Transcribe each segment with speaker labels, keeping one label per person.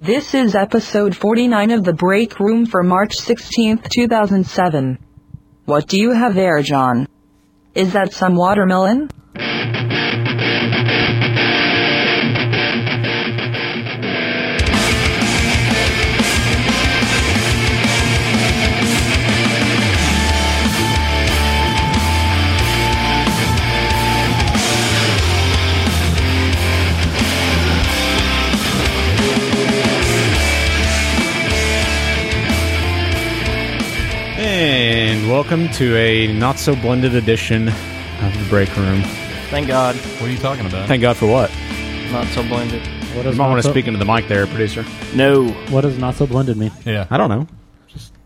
Speaker 1: This is episode 49 of The Break Room for March 16, 2007. What do you have there, John? Is that some watermelon?
Speaker 2: And welcome to a not so blended edition of the break room.
Speaker 3: Thank God,
Speaker 4: What are you talking about?
Speaker 2: Thank God for what?
Speaker 3: not so blended.
Speaker 5: What
Speaker 2: You
Speaker 5: does
Speaker 2: might
Speaker 5: not
Speaker 2: want to
Speaker 5: so,
Speaker 2: speak into the mic there, producer.
Speaker 3: No,
Speaker 5: What does not so blended mean?
Speaker 4: yeah.
Speaker 2: I don't know.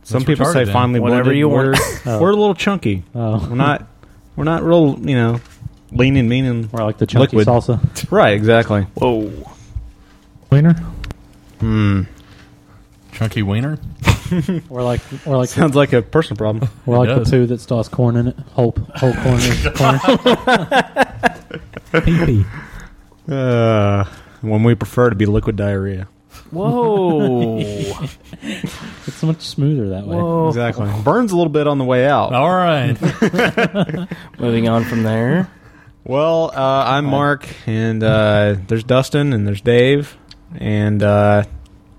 Speaker 2: Some
Speaker 4: That's
Speaker 2: people say
Speaker 4: retarded, then.
Speaker 2: finally
Speaker 3: Whatever
Speaker 2: blended.
Speaker 3: you
Speaker 2: We're,
Speaker 3: want.
Speaker 5: Oh.
Speaker 2: we're a little chunky. We're
Speaker 5: Oh,
Speaker 2: not. We're not real. You know, lean and mean and
Speaker 5: we're like the chunky
Speaker 2: Liquid.
Speaker 5: salsa.
Speaker 2: right. Exactly.
Speaker 3: whoa,
Speaker 5: Wiener.
Speaker 4: Hmm. Chunky wiener?
Speaker 5: We're like we're like
Speaker 2: Sounds like a personal problem.
Speaker 5: we're like
Speaker 4: It
Speaker 5: the
Speaker 4: does.
Speaker 5: poo that still has corn in it. Whole whole corn in the corner.
Speaker 2: Uh, when we prefer to be liquid diarrhea.
Speaker 3: whoa,
Speaker 5: It's much smoother that way.
Speaker 3: whoa.
Speaker 2: Exactly. Burns a little bit on the way out.
Speaker 4: All right.
Speaker 3: Moving on from there.
Speaker 2: Well, uh, I'm Mark, and uh, there's Dustin, and there's Dave, and uh,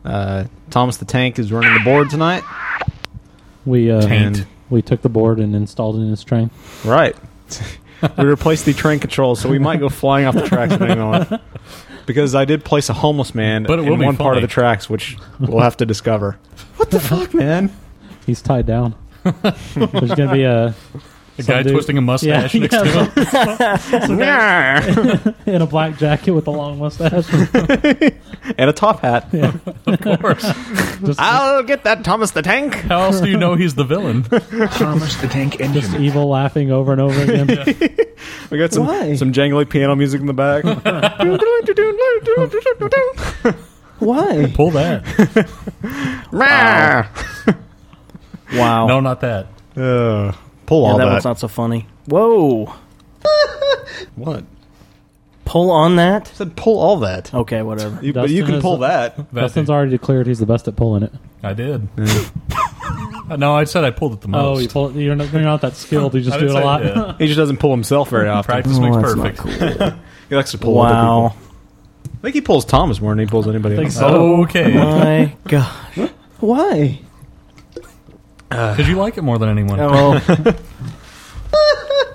Speaker 2: uh, Thomas the Tank is running the board tonight.
Speaker 5: We uh,
Speaker 4: Taint.
Speaker 2: And-
Speaker 5: we took the board and installed it in his train.
Speaker 2: Right. we replaced the train controls, so we might go flying off the tracks from now on. Because I did place a homeless man
Speaker 4: But it will
Speaker 2: in
Speaker 4: be
Speaker 2: one part of
Speaker 4: funny.
Speaker 2: the tracks, which we'll have to discover. What the fuck, man?
Speaker 5: He's tied down. There's gonna be a
Speaker 4: The
Speaker 5: Some
Speaker 4: guy
Speaker 5: dude-
Speaker 4: twisting a mustache
Speaker 5: Yeah,
Speaker 4: next to
Speaker 5: yeah.
Speaker 4: him.
Speaker 2: and
Speaker 5: in a black jacket with a long mustache.
Speaker 2: a top hat.
Speaker 4: Of course.
Speaker 5: just,
Speaker 2: I'll get that Thomas the Tank.
Speaker 4: How else do you know he's the villain?
Speaker 6: Thomas the Tank Engine.
Speaker 5: just evil laughing over and over again.
Speaker 2: We got some
Speaker 3: Why?
Speaker 2: some jangly piano music in the back.
Speaker 3: Why?
Speaker 4: Pull that.
Speaker 3: Wow.
Speaker 4: No, not that.
Speaker 2: Uh, pull
Speaker 3: yeah,
Speaker 2: all
Speaker 3: that,
Speaker 2: that.
Speaker 3: one's not so funny. Whoa,
Speaker 2: what? I
Speaker 3: pull on that.
Speaker 2: said pull all that.
Speaker 3: Okay, whatever.
Speaker 2: You, but you
Speaker 5: Dustin
Speaker 2: can
Speaker 5: is-
Speaker 2: pull that.
Speaker 4: That
Speaker 5: Dustin's
Speaker 4: dude.
Speaker 5: already declared he's the best at pulling it.
Speaker 4: I did. no, I said I pulled it the most.
Speaker 5: Oh, you pull it. You're not, you're not that skilled. You
Speaker 4: I
Speaker 5: just do
Speaker 4: didn't
Speaker 5: it
Speaker 4: say I
Speaker 5: a lot.
Speaker 4: did.
Speaker 2: He just doesn't pull himself very often.
Speaker 4: Practice makes
Speaker 3: Oh, that's not
Speaker 4: perfect.
Speaker 2: He likes to pull other
Speaker 3: Wow.
Speaker 2: people. I think he pulls Thomas more than he pulls anybody
Speaker 5: Think
Speaker 2: else.
Speaker 5: so.
Speaker 4: Okay.
Speaker 3: My gosh. Why?
Speaker 4: Because you like it more than anyone.
Speaker 3: Oh,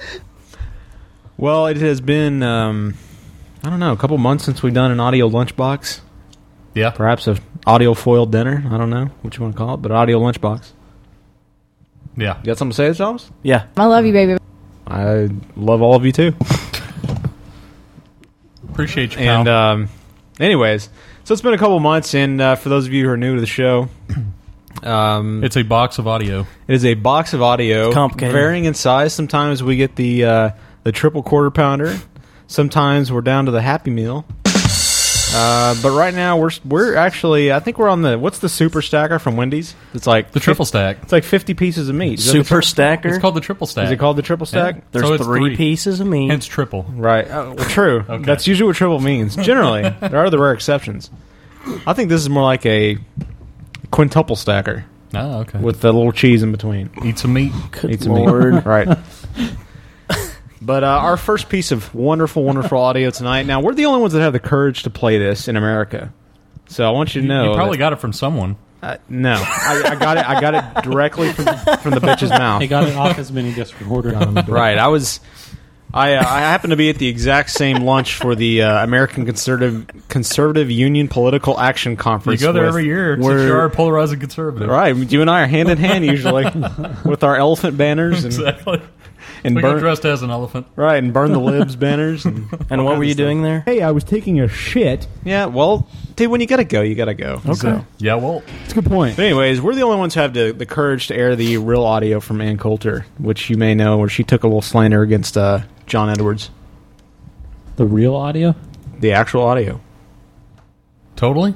Speaker 2: Well, it has been, um, I don't know, a couple months since we've done an audio lunchbox.
Speaker 4: Yeah.
Speaker 2: Perhaps a audio foil dinner. I don't know what you want to call it, but audio lunchbox.
Speaker 4: Yeah.
Speaker 2: You got something to say, Thomas?
Speaker 3: yeah.
Speaker 7: I love you, baby.
Speaker 2: I love all of you too.
Speaker 4: Appreciate you, pal.
Speaker 2: And um, anyways, so it's been a couple months, and uh, for those of you who are new to the show, um,
Speaker 4: it's a box of audio.
Speaker 2: it is a box of audio,
Speaker 3: It's complicated.
Speaker 2: varying in size. Sometimes we get the uh, the triple quarter pounder. Sometimes we're down to the Happy Meal. Uh, but right now we're we're actually I think we're on the what's the super stacker from Wendy's? It's like
Speaker 4: The triple stack.
Speaker 2: It's like fifty pieces of meat. Is that the
Speaker 3: Super stacker.
Speaker 4: It's called the triple stack.
Speaker 2: tri- Is it called the triple stack?
Speaker 4: Yeah.
Speaker 3: There's
Speaker 4: So it's
Speaker 3: three,
Speaker 4: three.
Speaker 3: pieces of meat.
Speaker 4: Hence triple.
Speaker 2: Right. Uh, well, true.
Speaker 4: Okay.
Speaker 2: That's usually what triple means. Generally, there are the rare exceptions. I think this is more like a quintuple stacker
Speaker 4: Ah, okay.
Speaker 2: with the little cheese in between.
Speaker 4: Eat some meat.
Speaker 3: Good
Speaker 2: Eat some meat.
Speaker 3: Lord.
Speaker 2: Right. But uh, our first piece of wonderful, wonderful audio tonight. Now we're the only ones that have the courage to play this in America. So I want you to know.
Speaker 4: you probably
Speaker 2: that-
Speaker 4: got it from someone.
Speaker 2: uh, no, I, I got it. I got it directly from, from the bitch's mouth.
Speaker 5: He got it off his mini disc recorder.
Speaker 2: Right. I was. I, uh, I happened to be at the exact same lunch for the uh, American Conservative Conservative Union Political Action
Speaker 4: You
Speaker 2: Conference.
Speaker 4: go there
Speaker 2: with-
Speaker 4: every year since
Speaker 2: where-
Speaker 4: you are a polarizing conservative.
Speaker 2: Right. You and I are hand in hand usually with our elephant banners and,
Speaker 4: Exactly.
Speaker 2: and
Speaker 4: We got
Speaker 2: burn
Speaker 4: dressed as an elephant.
Speaker 2: right and burn the libs banners. And,
Speaker 3: And what were you doing there?
Speaker 8: Hey, I was taking a shit.
Speaker 2: yeah. Well, dude, when you gotta go, you gotta go.
Speaker 4: So, yeah, well,
Speaker 8: That's a good point.
Speaker 2: But anyways, we're the only ones who have the, the courage to air the real audio from Ann Coulter, which you may know, where she took a little slander against uh, John Edwards.
Speaker 5: The real audio?
Speaker 2: The actual audio,
Speaker 4: totally,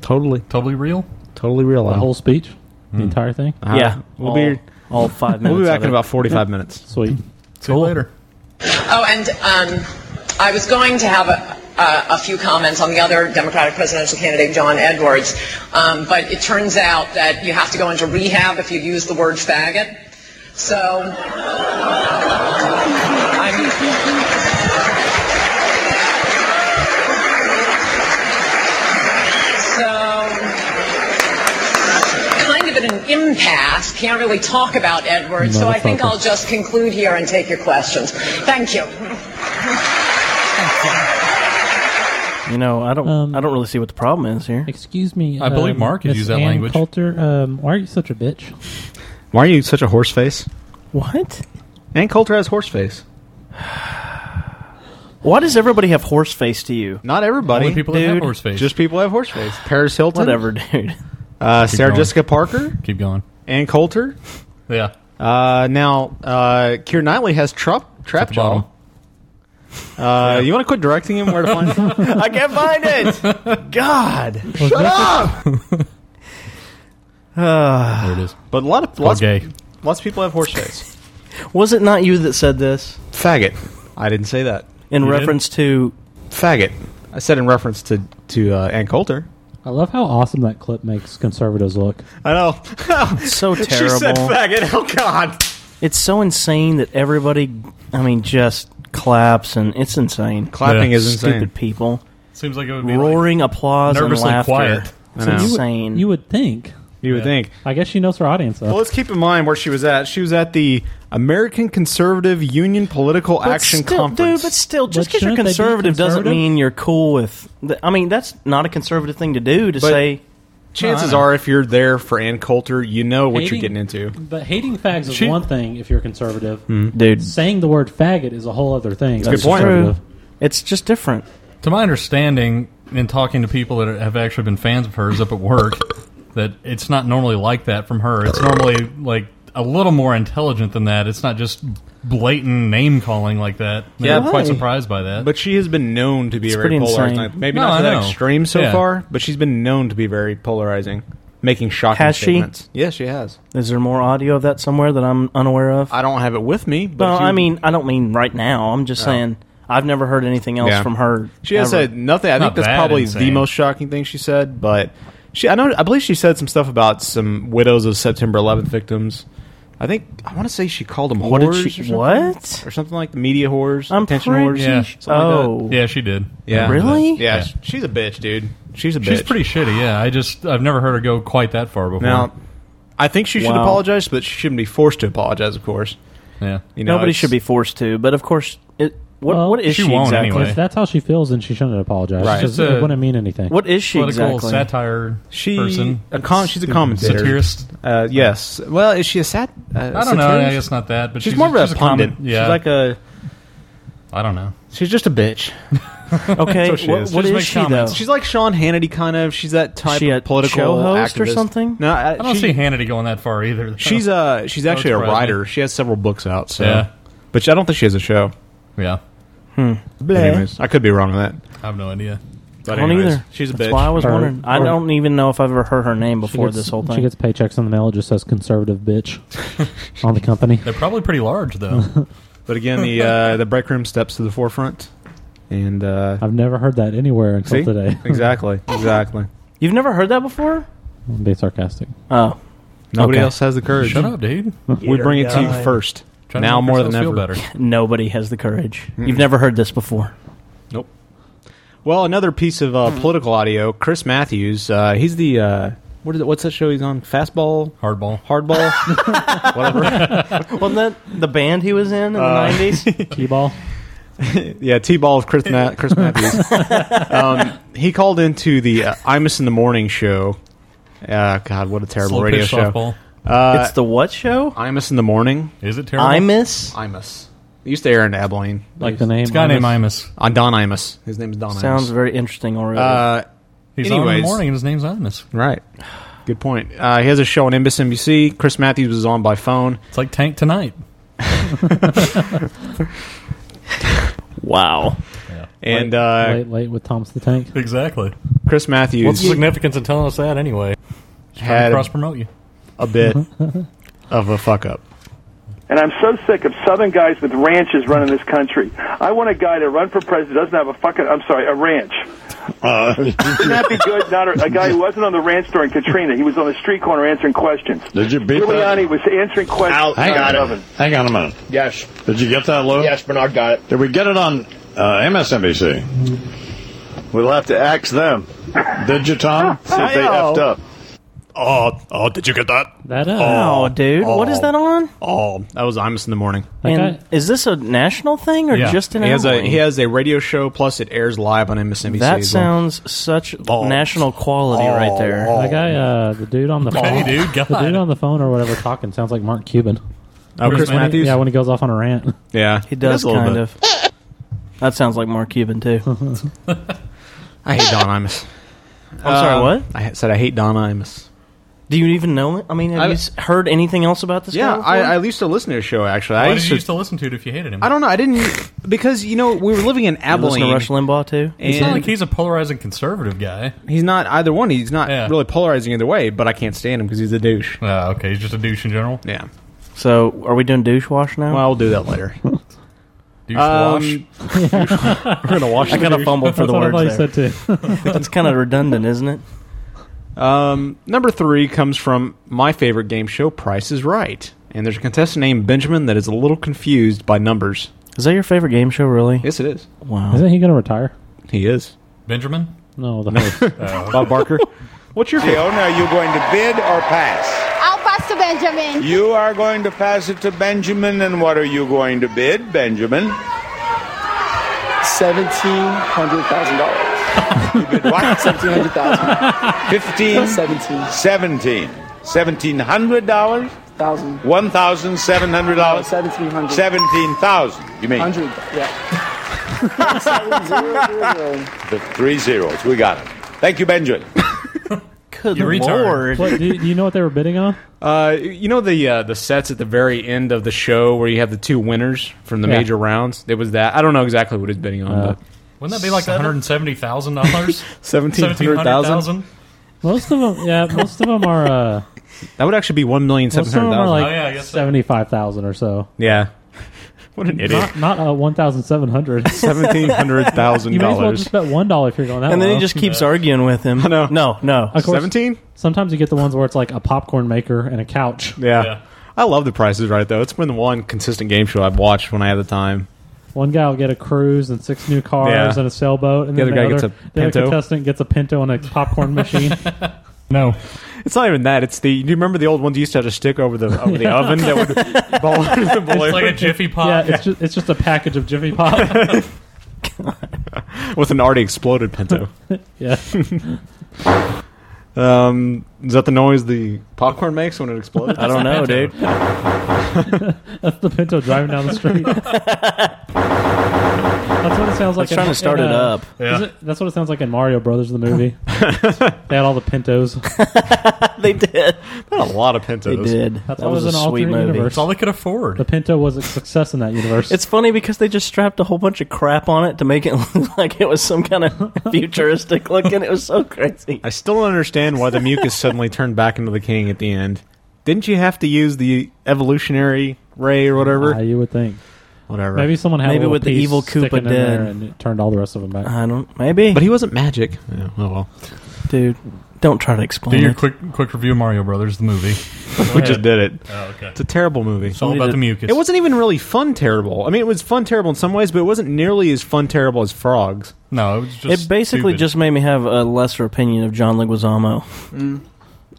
Speaker 2: totally,
Speaker 4: totally real.
Speaker 2: totally real.
Speaker 5: The whole speech?
Speaker 4: Hmm.
Speaker 5: The entire thing?
Speaker 2: Uh-huh.
Speaker 3: Yeah.
Speaker 2: we'll
Speaker 3: all,
Speaker 2: be
Speaker 3: all five minutes.
Speaker 2: We'll be back
Speaker 3: of
Speaker 2: in
Speaker 3: it.
Speaker 2: about 45 minutes.
Speaker 5: Sweet.
Speaker 4: See you later.
Speaker 9: Oh, and um, I was going to have a,
Speaker 7: uh, a few comments on the other Democratic presidential candidate, John Edwards. Um, but it turns out that you have to go into rehab if you use the word faggot. So. I'm, so kind of at an impasse. Can't really talk about Edward, so I think
Speaker 5: Motherfucker.
Speaker 7: I'll just conclude here and take your questions. Thank you.
Speaker 3: You know, I don't.
Speaker 4: Um,
Speaker 3: I don't really see what the problem is here.
Speaker 5: Excuse me.
Speaker 4: I believe
Speaker 5: um,
Speaker 4: Mark could
Speaker 5: Miss
Speaker 4: use that
Speaker 5: Ann
Speaker 4: language.
Speaker 5: Coulter, um, why are you such a bitch?
Speaker 2: Why are you such a horse face?
Speaker 3: What?
Speaker 2: Ann Coulter has horse face.
Speaker 3: Why does everybody have horse face to you?
Speaker 2: Not everybody.
Speaker 4: Only people that have
Speaker 3: dude,
Speaker 4: horse face.
Speaker 2: Just people have horse face. Paris Hilton.
Speaker 3: Whatever, dude.
Speaker 2: Uh, Sarah
Speaker 4: going.
Speaker 2: Jessica Parker.
Speaker 4: keep going.
Speaker 2: Ann Coulter.
Speaker 4: Yeah.
Speaker 2: Uh, now, uh, Keir Knightley has Trump, Trap
Speaker 4: At the bottom.
Speaker 2: Jaw. Uh, You want to quit directing him where to find him?
Speaker 3: I can't find it. God.
Speaker 5: Shut up!
Speaker 4: There it is.
Speaker 2: But a lot of
Speaker 4: Or
Speaker 2: lots,
Speaker 4: gay.
Speaker 2: lots of people have horse face.
Speaker 3: Was it not you that said this
Speaker 2: Faggot. I didn't say that.
Speaker 3: in
Speaker 4: You did?
Speaker 3: reference to?
Speaker 2: Faggot. I said in reference to to uh, Ann Coulter.
Speaker 5: I love how awesome that clip makes conservatives look.
Speaker 2: I know.
Speaker 3: So
Speaker 2: she
Speaker 3: terrible.
Speaker 2: said faggot. Oh God.
Speaker 3: It's so insane that everybody, I mean, just claps and it's insane.
Speaker 2: Clapping
Speaker 4: Yeah.
Speaker 2: is insane.
Speaker 3: Stupid people.
Speaker 4: Seems like it would be
Speaker 3: Roaring applause and
Speaker 4: nervously
Speaker 3: laughter.
Speaker 4: quiet.
Speaker 2: I
Speaker 3: It's
Speaker 2: know.
Speaker 3: insane.
Speaker 5: You would think.
Speaker 2: You would think.
Speaker 5: I guess she knows her audience. Though.
Speaker 2: Well, let's keep in mind where she was at. She was at the American Conservative Union Political
Speaker 3: But
Speaker 2: Action
Speaker 3: still,
Speaker 2: Conference.
Speaker 3: Dude, but still, just because you're
Speaker 5: But shouldn't they be
Speaker 3: conservative, doesn't
Speaker 5: conservative?
Speaker 3: mean you're cool with. The, I mean, that's not a conservative thing to do to
Speaker 2: But-
Speaker 3: say.
Speaker 2: Chances
Speaker 4: No, I know.
Speaker 2: are, if you're there for Ann Coulter, you know what you're getting into.
Speaker 5: But hating fags is
Speaker 4: She-
Speaker 5: one thing if you're conservative.
Speaker 3: Hmm. Dude,
Speaker 5: Saying the word faggot is a whole other thing.
Speaker 2: a good point.
Speaker 5: conservative.
Speaker 3: it's just different.
Speaker 4: To my understanding, in talking to people that have actually been fans of hers up at work, that it's not normally like that from her. It's normally like a little more intelligent than that. It's not just blatant name calling like that. They
Speaker 2: Yeah,
Speaker 4: were quite
Speaker 3: why?
Speaker 4: surprised by that.
Speaker 2: But she has been known to be very
Speaker 3: pretty
Speaker 2: polarizing.
Speaker 3: insane.
Speaker 2: Maybe
Speaker 4: No,
Speaker 2: not to
Speaker 4: I
Speaker 2: that
Speaker 4: know.
Speaker 2: extreme so
Speaker 4: Yeah.
Speaker 2: far, but she's been known to be very polarizing, making shocking
Speaker 3: Has she?
Speaker 2: statements. Yes, she has.
Speaker 3: Is there more audio of that somewhere that I'm unaware of?
Speaker 2: I don't have it with me, but
Speaker 3: well,
Speaker 2: if you- Oh.
Speaker 3: I mean, I don't mean right now. I'm just saying I've never heard anything else
Speaker 2: Yeah.
Speaker 3: from her.
Speaker 2: she has
Speaker 3: ever.
Speaker 2: said nothing. I
Speaker 4: Not
Speaker 2: think that's
Speaker 4: that
Speaker 2: probably the
Speaker 4: insane.
Speaker 2: most shocking thing she said. But she, I know, I believe she said some stuff about some widows of September 11th victims. I think I want to say she called them
Speaker 3: What did
Speaker 2: whores
Speaker 3: she-
Speaker 2: or something.
Speaker 3: what?
Speaker 2: or something like the media whores,
Speaker 3: I'm
Speaker 2: attention
Speaker 3: pretty.
Speaker 2: whores.
Speaker 4: Yeah.
Speaker 2: something like that.
Speaker 3: Oh,
Speaker 4: yeah, she did.
Speaker 2: Yeah.
Speaker 3: Really?
Speaker 2: Yeah,
Speaker 4: Yeah.
Speaker 2: sh- she's a bitch, dude. She's a bitch.
Speaker 4: She's pretty shitty. Yeah, I just I've never heard her go quite that far before.
Speaker 2: Now, I think she should
Speaker 3: Wow.
Speaker 2: apologize, but she shouldn't be forced to apologize. Of course,
Speaker 4: yeah,
Speaker 2: you know
Speaker 3: Nobody
Speaker 2: it's-
Speaker 3: should be forced to. But of course, it. What,
Speaker 5: Well,
Speaker 3: what is she,
Speaker 4: she won't
Speaker 3: exactly?
Speaker 4: anyway.
Speaker 5: If that's how she feels, then she shouldn't apologize.
Speaker 2: Right.
Speaker 5: It just-
Speaker 4: It's a-
Speaker 5: it wouldn't mean anything.
Speaker 3: What is she
Speaker 4: political
Speaker 3: exactly?
Speaker 4: satire
Speaker 2: She
Speaker 4: person.
Speaker 2: a com- she's a commentator,
Speaker 4: Satirist.
Speaker 2: Uh, yes. Well, is she a sat? Uh,
Speaker 4: I don't know. I guess not that, but
Speaker 2: she's,
Speaker 4: she's,
Speaker 2: more of a
Speaker 4: she's
Speaker 2: pundit.
Speaker 4: comment- yeah,
Speaker 2: She's like a.
Speaker 4: I don't know.
Speaker 2: She's just a bitch.
Speaker 3: Okay,
Speaker 2: what she
Speaker 3: what,
Speaker 2: is.
Speaker 3: what
Speaker 4: Just
Speaker 3: is
Speaker 4: make
Speaker 3: she
Speaker 4: comments.
Speaker 3: though?
Speaker 2: She's like Sean Hannity, kind of. She's that type
Speaker 3: She a
Speaker 2: of political
Speaker 3: show host or
Speaker 2: activist.
Speaker 3: something?
Speaker 2: No, I,
Speaker 4: I don't see
Speaker 2: she-
Speaker 4: Hannity going that far either.
Speaker 2: She's uh, she's actually a
Speaker 4: surprise me.
Speaker 2: writer. She has several books out. So,
Speaker 4: Yeah.
Speaker 2: but she- I don't think she has a show. Hmm.
Speaker 4: yeah.
Speaker 2: Anyways, I could be wrong on that.
Speaker 4: I have no idea.
Speaker 3: Oh.
Speaker 2: But
Speaker 3: I don't
Speaker 2: anyways,
Speaker 3: either.
Speaker 2: She's a
Speaker 3: That's
Speaker 2: bitch.
Speaker 3: why I was
Speaker 5: Or-
Speaker 3: wondering. I
Speaker 5: or-
Speaker 3: don't even know if I've ever heard her name
Speaker 5: She
Speaker 3: before
Speaker 5: gets-
Speaker 3: this whole
Speaker 5: She
Speaker 3: thing.
Speaker 5: gets paychecks in the mail. It just says conservative bitch on the company.
Speaker 4: They're probably pretty large though.
Speaker 2: But again, the uh, the break room steps to the forefront, and uh,
Speaker 5: I've never heard that anywhere until
Speaker 2: see
Speaker 5: today.
Speaker 2: exactly, exactly.
Speaker 3: You've never heard that before?
Speaker 5: I'm being sarcastic.
Speaker 3: Oh,
Speaker 2: Nobody
Speaker 5: Okay.
Speaker 2: else has the courage.
Speaker 4: Shut up, dude.
Speaker 2: We bring it to you first.
Speaker 4: Trying to
Speaker 2: now
Speaker 4: make
Speaker 2: more
Speaker 4: yourself
Speaker 2: than ever.
Speaker 4: feel better.
Speaker 3: nobody has the courage. You've never heard this before.
Speaker 2: Nope. Well, another piece of uh, political audio. Chris Matthews. Uh, he's the uh, what is it, what's that show he's on? Fastball,
Speaker 4: Hardball.
Speaker 2: hardball, whatever. Uh,
Speaker 3: Wasn't that the band he was in in the nineties?
Speaker 5: T-ball.
Speaker 2: Yeah, t-ball with Chris, Ma- Chris Matthews. um, he called into the uh, Imus in the Morning show. Uh, God, what a terrible
Speaker 4: Slow
Speaker 2: radio
Speaker 4: pitch
Speaker 2: show. Uh,
Speaker 4: softball.
Speaker 3: it's the what show?
Speaker 2: Imus in the Morning.
Speaker 4: Is it terrible?
Speaker 3: Imus.
Speaker 2: Imus. He used to air in Abilene.
Speaker 5: Like the name.
Speaker 4: It's a guy named
Speaker 5: Imus.
Speaker 4: Imus.
Speaker 2: On Don Imus. His name is Don
Speaker 3: Sounds
Speaker 2: Imus.
Speaker 3: very interesting already.
Speaker 2: Uh,
Speaker 4: He's on in
Speaker 2: Anyways.
Speaker 4: the morning and his name's Imus.
Speaker 2: right. Good point. Uh, he has a show on MSNBC. Chris Matthews was on by phone.
Speaker 4: It's like Tank Tonight.
Speaker 3: wow.
Speaker 2: And uh,
Speaker 5: late, late with Thomas the Tank.
Speaker 4: Exactly.
Speaker 2: Chris
Speaker 4: What's the
Speaker 2: Matthews
Speaker 4: significance in telling us that eh? anyway?
Speaker 2: had
Speaker 4: Cross promote you.
Speaker 2: a bit of a fuck up.
Speaker 9: And I'm so sick of Southern guys with ranches running this country. I want a guy to run for president doesn't have a fucking, I'm sorry, a ranch.
Speaker 10: Uh,
Speaker 9: Wouldn't that be good? Not a, a guy who wasn't on the ranch during Katrina. He was on the street corner answering questions.
Speaker 10: did you beat that?
Speaker 9: Giuliani was answering
Speaker 10: Ow,
Speaker 9: questions.
Speaker 10: hang
Speaker 9: Nine
Speaker 10: on,
Speaker 9: eleven.
Speaker 10: a- hang on a minute.
Speaker 11: Yes.
Speaker 10: Did you get that, Lou?
Speaker 11: Yes, Bernard got it.
Speaker 10: Did we get it on uh, MSNBC? We'll have to ask them. Did you, Tom?
Speaker 11: See if they effed up.
Speaker 10: Oh, oh, did you get that?
Speaker 5: That uh,
Speaker 3: Oh, dude, what is that on?
Speaker 2: Oh, that was Imus in the morning.
Speaker 5: like
Speaker 3: And is this a national thing or just an?
Speaker 2: he has a he has a radio show plus it airs live on MSNBC.
Speaker 3: That
Speaker 2: as well.
Speaker 3: sounds such
Speaker 2: Oh.
Speaker 3: national quality right there.
Speaker 5: I, that guy, uh, the dude on the phone,
Speaker 4: Hey, dude, God.
Speaker 5: the dude on the phone or whatever talking sounds like Mark Cuban.
Speaker 2: Oh, Chris
Speaker 4: Chris
Speaker 2: Matthews.
Speaker 5: Yeah, when he goes off on a rant.
Speaker 2: Yeah,
Speaker 3: He does
Speaker 2: a little
Speaker 3: kind
Speaker 2: bit.
Speaker 3: of. That sounds like Mark Cuban too. I'm
Speaker 2: I hate Don Imus. Um,
Speaker 3: sorry, what?
Speaker 2: I said I hate Don Imus.
Speaker 3: Do you even know it? I mean, have
Speaker 2: I-
Speaker 3: you s- heard anything else about this?
Speaker 2: Yeah,
Speaker 3: guy
Speaker 2: I,
Speaker 3: before?
Speaker 2: I used to listen to his show actually.
Speaker 4: Why
Speaker 2: I
Speaker 4: did
Speaker 2: used
Speaker 4: you
Speaker 2: to,
Speaker 4: used to listen to it if you hated him?
Speaker 2: I don't know. I didn't because you know we were living in
Speaker 3: You listen to
Speaker 2: Abilene.
Speaker 3: Rush Limbaugh too.
Speaker 4: It's not
Speaker 2: and-
Speaker 4: like he's a polarizing conservative guy.
Speaker 2: He's not either one. He's not
Speaker 4: Yeah.
Speaker 2: really polarizing either way. But I can't stand him because he's a douche.
Speaker 4: Ah, okay, he's just a douche in general.
Speaker 2: Yeah.
Speaker 3: So, are we doing douche wash now?
Speaker 2: Well, we'll do that later.
Speaker 4: Douche wash.
Speaker 2: Um,
Speaker 4: We're gonna wash.
Speaker 3: I kind of fumbled for the
Speaker 5: That's what I thought he
Speaker 3: words there.
Speaker 5: said too.
Speaker 3: That's kind of redundant, isn't it?
Speaker 2: um, number three comes from my favorite game show, Price is Right, and there's a contestant named Benjamin that is a little confused by numbers.
Speaker 3: Is that your favorite game show, really?
Speaker 2: Yes, it is.
Speaker 3: Wow.
Speaker 5: Isn't he going to retire?
Speaker 2: He is.
Speaker 4: Benjamin.
Speaker 5: No, the host.
Speaker 2: Bob Barker. What's your favorite?
Speaker 12: Fiona, are you going to bid or pass?
Speaker 13: I'll pass to Benjamin.
Speaker 12: You are going to pass it to Benjamin, and what are you going to bid, Benjamin?
Speaker 14: Seventeen hundred thousand dollars.
Speaker 12: What?
Speaker 14: Seventeen hundred thousand.
Speaker 12: 15,
Speaker 14: Seventeen
Speaker 12: 17, $1,700,
Speaker 14: thousand.
Speaker 12: $1,700,
Speaker 14: Seventeen hundred.
Speaker 12: 17,000. You mean
Speaker 14: Hundred. Yeah. Seven zero zero zero.
Speaker 12: the three zeros. We got it. Thank you, Benjamin.
Speaker 3: Good
Speaker 4: You retard.
Speaker 3: lord.
Speaker 5: What, do, you, do you know what they were bidding on?
Speaker 2: Uh, you know the uh, the sets at the very end of the show where you have the two winners from the
Speaker 5: Yeah.
Speaker 2: major rounds. It was that. I don't know exactly what it's betting on,
Speaker 5: Uh,
Speaker 2: but
Speaker 4: Wouldn't that be like one hundred seventy thousand dollars?
Speaker 2: seventeen hundred thousand.
Speaker 5: Most of them, yeah, most of them are. Uh,
Speaker 2: That would actually be one million
Speaker 5: most
Speaker 2: seven
Speaker 5: of them
Speaker 2: hundred
Speaker 5: are
Speaker 2: thousand.
Speaker 5: like
Speaker 4: Oh, yeah, I guess so.
Speaker 5: seventy-five thousand or so.
Speaker 2: yeah. What an idiot.
Speaker 5: Not, not uh, one thousand seven hundred.
Speaker 2: Seventeen hundred thousand
Speaker 5: You may as well
Speaker 2: dollars.
Speaker 5: just bet one dollar if you're going that
Speaker 3: And then
Speaker 5: low.
Speaker 3: he just keeps arguing with him.
Speaker 2: I know.
Speaker 3: No, no.
Speaker 5: Of course,
Speaker 2: Seventeen?
Speaker 5: Sometimes you get the ones where it's like a popcorn maker and a couch.
Speaker 2: Yeah.
Speaker 4: Yeah.
Speaker 2: I love the prices right though. It's been the one consistent game show I've watched when I had the time.
Speaker 5: One guy will get a cruise and six new cars
Speaker 2: Yeah.
Speaker 5: and a sailboat, and
Speaker 2: The
Speaker 5: then
Speaker 2: other guy
Speaker 5: the
Speaker 2: gets a
Speaker 5: the other
Speaker 2: Pinto.
Speaker 5: contestant gets a pinto and a popcorn machine.
Speaker 4: No.
Speaker 2: It's not even that. It's the. Do you remember the old ones you used to have to stick over Oh, the over the oven that would ball into the
Speaker 4: It's like a
Speaker 2: boiler
Speaker 4: Jiffy Pop.
Speaker 5: yeah, it's just it's just a package of Jiffy Pop.
Speaker 2: with an already exploded pinto?
Speaker 5: yeah,
Speaker 2: Um, is that the noise the popcorn makes when it explodes?
Speaker 3: I don't know, dude.
Speaker 5: that's the pinto driving down the street. that's what it sounds like.
Speaker 3: It's trying
Speaker 5: in-
Speaker 3: to start
Speaker 5: in,
Speaker 3: it
Speaker 5: uh,
Speaker 3: up.
Speaker 5: is
Speaker 4: Yeah.
Speaker 5: it- that's what it sounds like in Mario Brothers the movie. they had all the pintos.
Speaker 3: They did.
Speaker 2: Not a lot of pintos.
Speaker 3: They did.
Speaker 5: That
Speaker 3: That was
Speaker 5: was
Speaker 3: a
Speaker 5: an
Speaker 3: sweet
Speaker 5: alternate
Speaker 3: movie.
Speaker 5: universe.
Speaker 4: It's all they could afford.
Speaker 5: The pinto was a success in that universe.
Speaker 3: It's funny because they just strapped a whole bunch of crap on it to make it look like it was some kind of futuristic looking. It was so crazy.
Speaker 2: I still don't understand why the mucus suddenly turned back into the king at the end. Didn't you have to use the evolutionary ray or whatever?
Speaker 5: Ah, you would think.
Speaker 2: whatever.
Speaker 5: Maybe someone had
Speaker 3: Maybe
Speaker 5: a little
Speaker 3: with the
Speaker 5: piece
Speaker 3: evil Koopa
Speaker 5: sticking in there
Speaker 3: did.
Speaker 5: and it turned all the rest of them back.
Speaker 3: I don't. Maybe,
Speaker 2: But he wasn't magic. Yeah, oh well.
Speaker 3: dude, don't try to
Speaker 4: Do
Speaker 3: explain
Speaker 4: your
Speaker 3: it.
Speaker 4: quick quick review of Mario Brothers the movie.
Speaker 2: we just did it.
Speaker 4: Oh, okay.
Speaker 2: It's a terrible movie.
Speaker 4: It's all about the mucus.
Speaker 2: It wasn't even really fun terrible. I mean, it was fun terrible in some ways, but it wasn't nearly as fun terrible as Frogs.
Speaker 4: No, it was just.
Speaker 3: It basically
Speaker 4: stupid.
Speaker 3: just made me have a lesser opinion of John Leguizamo. Mm.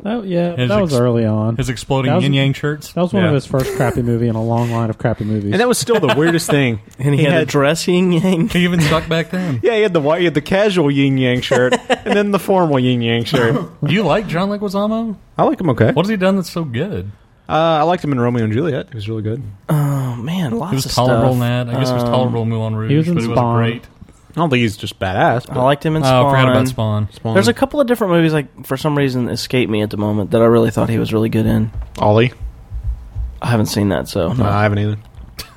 Speaker 5: Oh yeah,
Speaker 4: His
Speaker 5: that was
Speaker 4: ex-
Speaker 5: early on.
Speaker 4: his exploding
Speaker 5: That was-
Speaker 4: yin yang shirts.
Speaker 5: that was one
Speaker 2: Yeah.
Speaker 5: of his first crappy movie in a long line of crappy movies.
Speaker 2: And that was still the weirdest thing.
Speaker 3: And he, had, a dressing yang.
Speaker 4: He even stuck back then.
Speaker 2: yeah, he had the white, he had the casual yin yang shirt, and then the formal yin yang shirt.
Speaker 4: Do you like John Leguizamo?
Speaker 2: I like him okay.
Speaker 4: What has he done that's so good?
Speaker 2: Uh, I liked him in Romeo and Juliet. He was really good.
Speaker 3: Oh man, lots
Speaker 4: He was
Speaker 3: of
Speaker 4: tolerable in
Speaker 3: stuff.
Speaker 4: that. I guess he was
Speaker 3: Um,
Speaker 4: tolerable in Moulin Rouge,
Speaker 5: he was in
Speaker 4: but he wasn't
Speaker 5: Spawn.
Speaker 4: great.
Speaker 2: I don't think he's just badass. But
Speaker 3: I liked him in Spawn.
Speaker 4: Oh, I forgot about Spawn.
Speaker 3: There's a couple of different movies like for some reason escape me at the moment that I really thought he was really good in.
Speaker 2: Ollie.
Speaker 3: I haven't seen that, so
Speaker 2: No, I haven't either.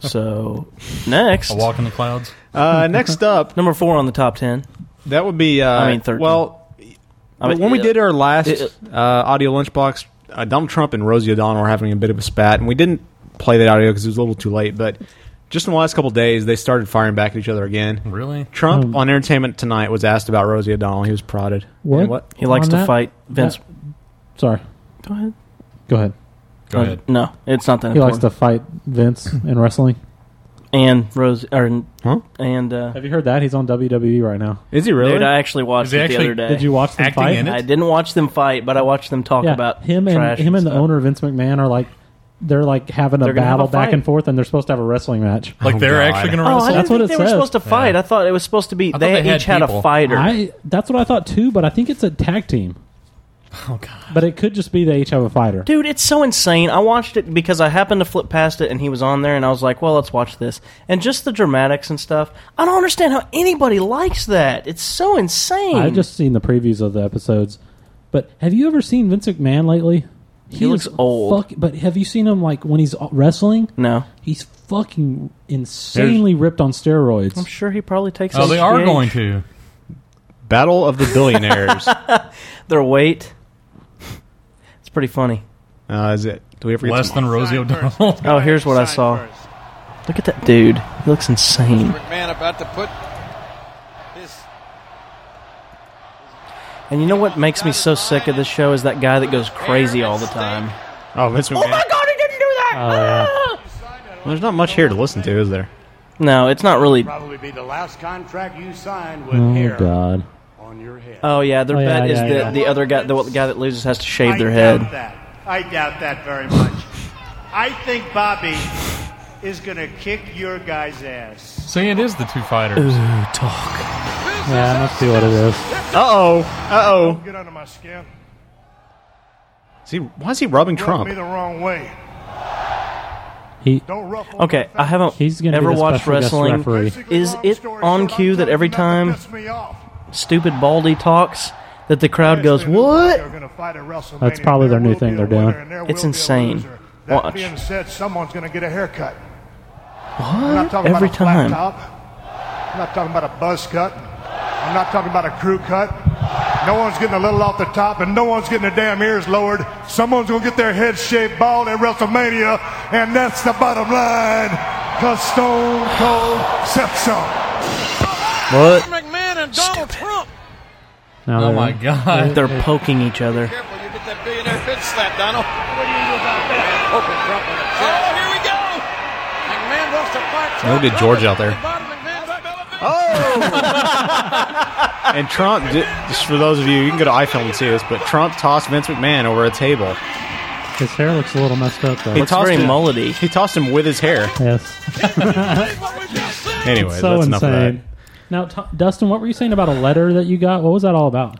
Speaker 3: so next
Speaker 4: A Walk in the Clouds.
Speaker 2: Uh, next up,
Speaker 3: number four on the top ten.
Speaker 2: that would be. Uh,
Speaker 3: I mean, 13.
Speaker 2: Well,
Speaker 3: I mean,
Speaker 2: when we
Speaker 3: yeah.
Speaker 2: did our last
Speaker 3: It-
Speaker 2: uh, audio lunchbox, uh, Donald Trump and Rosie O'Donnell were having a bit of a spat, and we didn't play that audio because it was a little too late. But just in the last couple of days, they started firing back at each other again.
Speaker 4: Really?
Speaker 3: Hmm.
Speaker 2: Trump on Entertainment Tonight was asked about Rosie O'Donnell. He was prodded.
Speaker 5: What?
Speaker 2: And
Speaker 3: He likes to fight Vince.
Speaker 5: Sorry.
Speaker 3: Go ahead.
Speaker 5: Go ahead.
Speaker 4: Go
Speaker 3: Uh,
Speaker 4: ahead.
Speaker 3: No, it's not that
Speaker 5: He likes
Speaker 3: important.
Speaker 5: to fight Vince in wrestling.
Speaker 3: and Rose or
Speaker 2: huh?
Speaker 3: and uh,
Speaker 5: Have you heard that? He's on WWE E right now.
Speaker 2: Is he
Speaker 3: Dude, I actually watched
Speaker 5: Is he
Speaker 3: it
Speaker 5: actually-
Speaker 3: the other day.
Speaker 5: Did you watch them acting fight? in it?
Speaker 3: I didn't watch them fight, but I watched them talk
Speaker 5: yeah,
Speaker 3: about
Speaker 5: him and
Speaker 3: trash
Speaker 5: him and, the owner Vince McMahon are like they're like having a
Speaker 3: They're gonna have
Speaker 5: battle
Speaker 3: a
Speaker 5: back
Speaker 3: fight.
Speaker 5: and forth, and they're supposed to have a wrestling match.
Speaker 4: Like they're actually going to
Speaker 3: Oh,
Speaker 4: wrestle.
Speaker 3: I didn't
Speaker 5: That's what
Speaker 3: think
Speaker 5: it
Speaker 3: they were
Speaker 5: says.
Speaker 3: supposed to fight. I thought it was supposed to be
Speaker 4: I thought
Speaker 3: they,
Speaker 4: they had
Speaker 3: each had a
Speaker 4: people.
Speaker 3: fighter.
Speaker 5: I that's what I thought too, but I think it's a tag team.
Speaker 4: Oh god!
Speaker 5: But it could just be they each have a fighter.
Speaker 3: Dude, it's so insane. I watched it because I happened to flip past it and he was on there and I was like, "Well, let's watch this." And just the dramatics and stuff. I don't understand how anybody likes that. It's so insane.
Speaker 5: I've just seen the previews of the episodes. But have you ever seen Vince McMahon lately?
Speaker 3: He
Speaker 5: is
Speaker 3: looks old.
Speaker 5: fuck- but have you seen him like when he's wrestling?
Speaker 3: No.
Speaker 5: He's fucking insanely ripped on steroids.
Speaker 3: I'm sure he probably takes
Speaker 4: Oh, they
Speaker 3: HGH.
Speaker 4: are going to.
Speaker 2: Battle of the Billionaires.
Speaker 3: Their weight. It's pretty funny.
Speaker 2: uh, is it? Do we ever get
Speaker 4: Less
Speaker 2: some-
Speaker 4: than Rosie O'Donnell.
Speaker 3: Oh, here's what I saw. Look at that dude. He looks insane.
Speaker 11: McMahon about to put his
Speaker 3: And you know what makes me so sick of this show is that guy that goes crazy all the time.
Speaker 2: Oh, Vince McMahon. Oh,
Speaker 3: god, he didn't do that! Ah!
Speaker 2: There's not much here to listen to, is there?
Speaker 3: No, it's not really.
Speaker 13: Probably be the last contract you sign with
Speaker 5: Oh
Speaker 13: hair
Speaker 5: god.
Speaker 13: on your head.
Speaker 3: Oh yeah, their
Speaker 5: Oh, yeah,
Speaker 3: bet is
Speaker 5: yeah,
Speaker 3: that
Speaker 5: yeah.
Speaker 3: the other guy, the, the guy that loses, has to shave
Speaker 13: I
Speaker 3: their
Speaker 13: Doubt
Speaker 3: head.
Speaker 13: that. I doubt that very much. I think Bobby is going to kick your guy's ass.
Speaker 4: See, it is the two fighters.
Speaker 3: talk.
Speaker 5: Yeah, must be what it is.
Speaker 2: Uh-oh. Uh-oh.
Speaker 13: Get under my skin.
Speaker 2: See, why is he rubbing
Speaker 13: Rub
Speaker 2: Trump?
Speaker 13: me the wrong way.
Speaker 5: He
Speaker 3: Okay, I haven't
Speaker 5: He's gonna be
Speaker 3: ever
Speaker 5: the
Speaker 3: watched
Speaker 5: special guest
Speaker 3: wrestling.
Speaker 5: referee.
Speaker 3: Is it on cue that every time stupid Baldy talks, that the crowd goes what?
Speaker 5: That's probably their new thing they're doing.
Speaker 3: It's insane.
Speaker 13: That
Speaker 3: Watch.
Speaker 13: being said, someone's going to get a haircut. I'm not
Speaker 3: What?
Speaker 13: talking
Speaker 3: Every
Speaker 13: about a flat
Speaker 3: time.
Speaker 13: top. I'm not talking about a buzz cut. I'm not talking about a crew cut. No one's getting a little off the top, and no one's getting their damn ears lowered. Someone's gonna get their head shaved bald at WrestleMania, and that's the bottom line. Cause Stone Cold said so.
Speaker 2: What?
Speaker 11: McMahon and Donald Trump.
Speaker 5: No,
Speaker 4: Oh my god!
Speaker 3: They're poking each other.
Speaker 11: Careful, you get that billionaire bitch slap, Donald. What do you do about that? Open Trump on the chest. Oh, here we go. McMahon wants to fight
Speaker 2: No
Speaker 11: Trump.
Speaker 2: good George out there.
Speaker 11: Oh,
Speaker 2: And Trump, di- just for those of you, you can go to iFilm and see this, but Trump tossed Vince McMahon over a table.
Speaker 5: His hair looks a little messed up though.
Speaker 2: He tossed him,
Speaker 3: mullety.
Speaker 2: He tossed him with his hair.
Speaker 5: Yes.
Speaker 2: Anyways,
Speaker 5: so
Speaker 2: that's enough of that.
Speaker 5: insane. Now, t- Dustin, what were you saying about a letter that you got? What was that all about?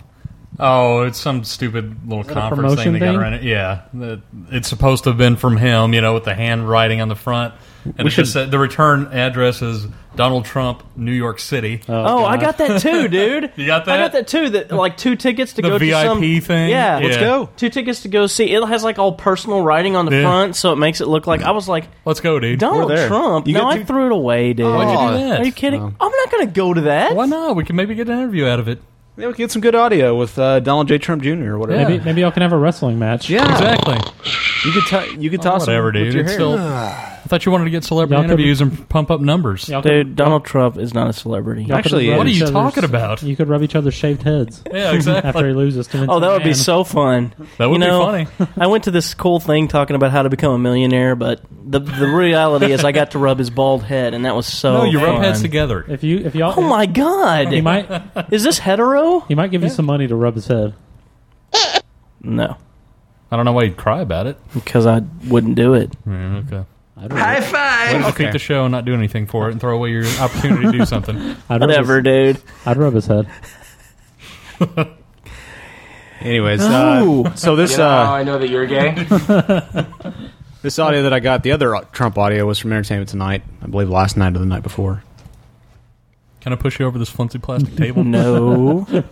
Speaker 4: Oh, it's some stupid little
Speaker 5: it a
Speaker 4: conference thing
Speaker 5: promotion
Speaker 4: they got
Speaker 5: thing?
Speaker 4: around it. Yeah, That- it's supposed to have been from him, you know, with the handwriting on the front. And
Speaker 2: We
Speaker 4: it just said the return address is Donald Trump, New York City.
Speaker 3: Oh, I got that too, dude.
Speaker 4: You got
Speaker 3: I
Speaker 4: that?
Speaker 3: got that too. That like two tickets to
Speaker 4: The
Speaker 3: go
Speaker 4: VIP
Speaker 3: to some
Speaker 4: thing?
Speaker 3: Yeah,
Speaker 4: Let's Yeah. go.
Speaker 3: Two tickets to go see. It has like all personal writing on the
Speaker 4: Yeah.
Speaker 3: front, so it makes it look like I was like
Speaker 4: Let's go, dude.
Speaker 3: Donald
Speaker 4: We're there.
Speaker 3: Trump.
Speaker 4: You
Speaker 3: no,
Speaker 4: got
Speaker 3: I
Speaker 4: two-
Speaker 3: threw it away, dude.
Speaker 4: Why'd you do that?
Speaker 3: Are you kidding? I'm not going to go to that.
Speaker 4: Why not? We can maybe get an interview out of it.
Speaker 2: Yeah, we could get some good audio with uh, Donald J. Trump Jr. or whatever.
Speaker 5: Maybe maybe y'all can have a wrestling match.
Speaker 2: Yeah,
Speaker 4: Exactly. Oh,
Speaker 2: You could t- you could toss him
Speaker 4: Whatever, dude.
Speaker 2: with your
Speaker 4: It's
Speaker 2: hair.
Speaker 4: still, I thought you wanted to get celebrity
Speaker 5: Y'all could-
Speaker 4: interviews and pump up numbers.
Speaker 3: Dude, Donald Trump is not a celebrity.
Speaker 5: Y'all could
Speaker 4: Actually,
Speaker 5: rub
Speaker 4: what are
Speaker 5: each
Speaker 4: you
Speaker 5: other's-
Speaker 4: talking about?
Speaker 5: You could rub each other's shaved heads.
Speaker 4: Yeah, exactly.
Speaker 5: After he loses to Vince
Speaker 3: Oh, that would be
Speaker 5: McMahon.
Speaker 3: so fun.
Speaker 4: That would be
Speaker 3: you know,
Speaker 4: funny.
Speaker 3: I went to this cool thing talking about how to become a millionaire, but the the reality is I got to rub his bald head, and that was so.
Speaker 4: no, you rub
Speaker 3: fun.
Speaker 4: heads together.
Speaker 5: If you if y'all
Speaker 3: Oh my god!
Speaker 5: he might
Speaker 3: Is this hetero?
Speaker 5: he might give you some money to rub his head.
Speaker 3: No,
Speaker 4: I don't know why you'd cry about it.
Speaker 3: because I wouldn't do it.
Speaker 4: Yeah, okay.
Speaker 11: High five.
Speaker 4: I'll keep the show and not do anything for it and throw away your opportunity to do something.
Speaker 5: I'd rub
Speaker 3: Whatever,
Speaker 5: his,
Speaker 3: dude.
Speaker 5: I'd rub his head.
Speaker 2: Anyways,
Speaker 3: No.
Speaker 2: uh, so this uh,
Speaker 15: I know that you're gay.
Speaker 2: this audio that I got, the other Trump audio was from Entertainment Tonight, I believe last night or the night before.
Speaker 4: Can I push you over this flimsy plastic table?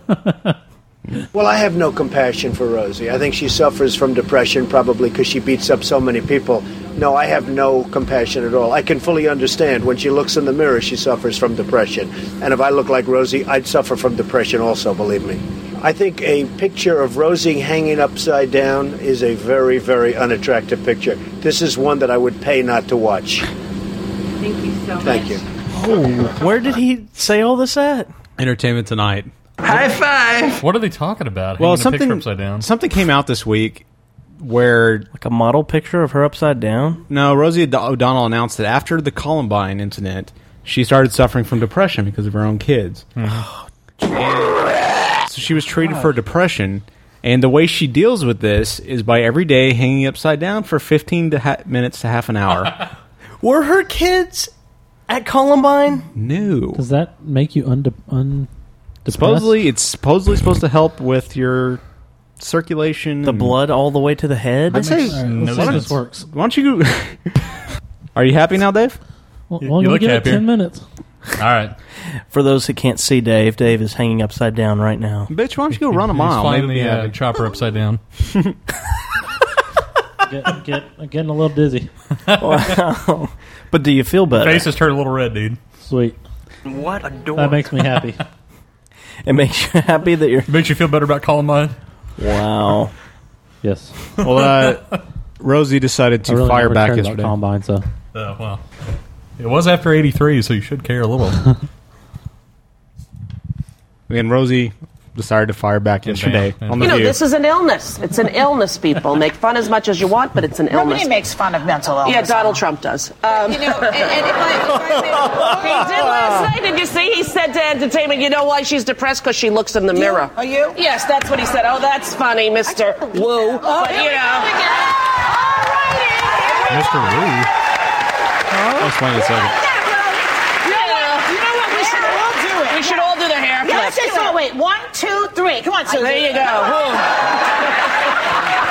Speaker 3: No.
Speaker 16: Well, I have no compassion for Rosie. I think she suffers from depression probably because she beats up so many people. No, I have no compassion at all. I can fully understand. When she looks in the mirror, she suffers from depression. And if I look like Rosie, I'd suffer from depression also, believe me. I think a picture of Rosie hanging upside down is a very, very unattractive picture. This is one that I would pay not to watch.
Speaker 15: Thank you so much.
Speaker 16: Thank you.
Speaker 3: Oh, where did he say all this at?
Speaker 2: Entertainment Tonight.
Speaker 3: High five!
Speaker 4: What are they talking about?
Speaker 2: well,
Speaker 4: Hanging a picture
Speaker 2: something
Speaker 4: upside down.
Speaker 2: something came out this week where
Speaker 3: like a model picture of her upside down.
Speaker 2: No, Rosie O'D- O'Donnell announced that after the Columbine incident, she started suffering from depression because of her own kids.
Speaker 4: Hmm.
Speaker 2: so she was treated for depression, and the way she deals with this is by every day hanging upside down for fifteen to ha- minutes to half an hour.
Speaker 3: Were her kids at Columbine?
Speaker 2: no.
Speaker 5: Does that make you unde- un?
Speaker 2: Supposedly, it's supposedly supposed to help with your circulation. The
Speaker 3: blood all the way to the head.
Speaker 2: I say,
Speaker 5: That makes no
Speaker 2: why don't-
Speaker 5: sense. works.
Speaker 2: Why don't you? go- Are you happy now, Dave?
Speaker 5: Well, you look happier. Ten minutes.
Speaker 4: All right.
Speaker 3: For those who can't see Dave, Dave is hanging upside down right now.
Speaker 2: Bitch, why don't you go run a
Speaker 4: He's
Speaker 2: mile?
Speaker 4: flying
Speaker 2: Maybe
Speaker 4: the
Speaker 2: it'll be
Speaker 4: uh,
Speaker 2: happy.
Speaker 4: chopper upside down.
Speaker 5: Get, get, I'm getting a little dizzy.
Speaker 3: wow. But do you feel better?
Speaker 4: Face is turned a little red, dude.
Speaker 5: Sweet.
Speaker 3: What a dork.
Speaker 5: That makes me happy.
Speaker 3: It makes you happy that you're.
Speaker 4: Makes you feel better about Columbine.
Speaker 3: Wow.
Speaker 5: yes.
Speaker 2: Well, uh, Rosie decided
Speaker 5: I
Speaker 2: to
Speaker 5: really
Speaker 2: fire
Speaker 5: never
Speaker 2: back
Speaker 5: cared about
Speaker 2: yesterday.
Speaker 5: Columbine, so
Speaker 4: Oh, well. It was after 83, so you should care a little.
Speaker 2: And Rosie decided to fire back yesterday on the
Speaker 15: you know,
Speaker 2: View.
Speaker 15: this is an illness. It's an illness, people. Make fun as much as you want, but it's an illness. Nobody makes fun of mental
Speaker 17: illness.
Speaker 15: Yeah, Donald Trump does. Um,
Speaker 17: You know, and, and if I, if I
Speaker 15: he
Speaker 17: may,
Speaker 15: did last night. Did you see? He said to Entertainment, you know why she's depressed? Because she looks in the mirror.
Speaker 17: Oh,
Speaker 15: Are you? Yes, that's what he said. Oh, that's funny, Mr.
Speaker 17: Oh,
Speaker 15: Woo. but, you know.
Speaker 2: Mr. Wu. I'll explain in a second.
Speaker 17: You know what? We should all do it.
Speaker 15: We should all do the hair
Speaker 17: Yeah, let's
Speaker 15: flip.
Speaker 17: just all wait. One, two, three. Come on, Susan.
Speaker 15: There you go.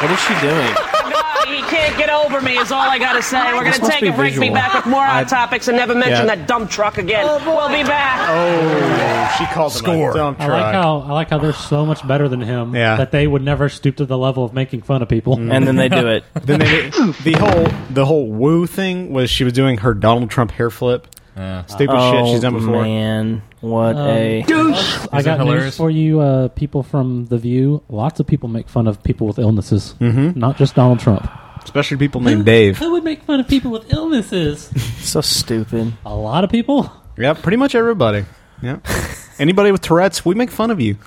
Speaker 3: What is she doing?
Speaker 15: God, he can't get over me is all I gotta say. We're
Speaker 3: This
Speaker 15: gonna
Speaker 3: must
Speaker 15: take
Speaker 3: be
Speaker 15: a break,
Speaker 3: visual.
Speaker 15: be back with more
Speaker 3: I-
Speaker 15: on topics, and never mention
Speaker 3: Yeah.
Speaker 15: that dump truck again. we'll be back.
Speaker 2: Oh, she called
Speaker 4: Score.
Speaker 5: I like how I like how they're so much better than him.
Speaker 2: Yeah. Mm.
Speaker 5: That they would never stoop to the level of making fun of people.
Speaker 3: And then they do it.
Speaker 2: Then they, the whole the whole woo thing was she was doing her Donald Trump hair flip. Stupid shit she's done before. Uh,
Speaker 3: Man, what
Speaker 5: Um,
Speaker 3: a
Speaker 5: I got news for you, uh, people from The View. Lots of people make fun of people with illnesses, mm-hmm. not just Donald Trump.
Speaker 2: Especially people named Dave.
Speaker 5: Who would make fun of people with illnesses?
Speaker 3: So stupid.
Speaker 5: A lot of people.
Speaker 2: Yep, pretty much everybody. Yep. Anybody with Tourette's, we make fun of you.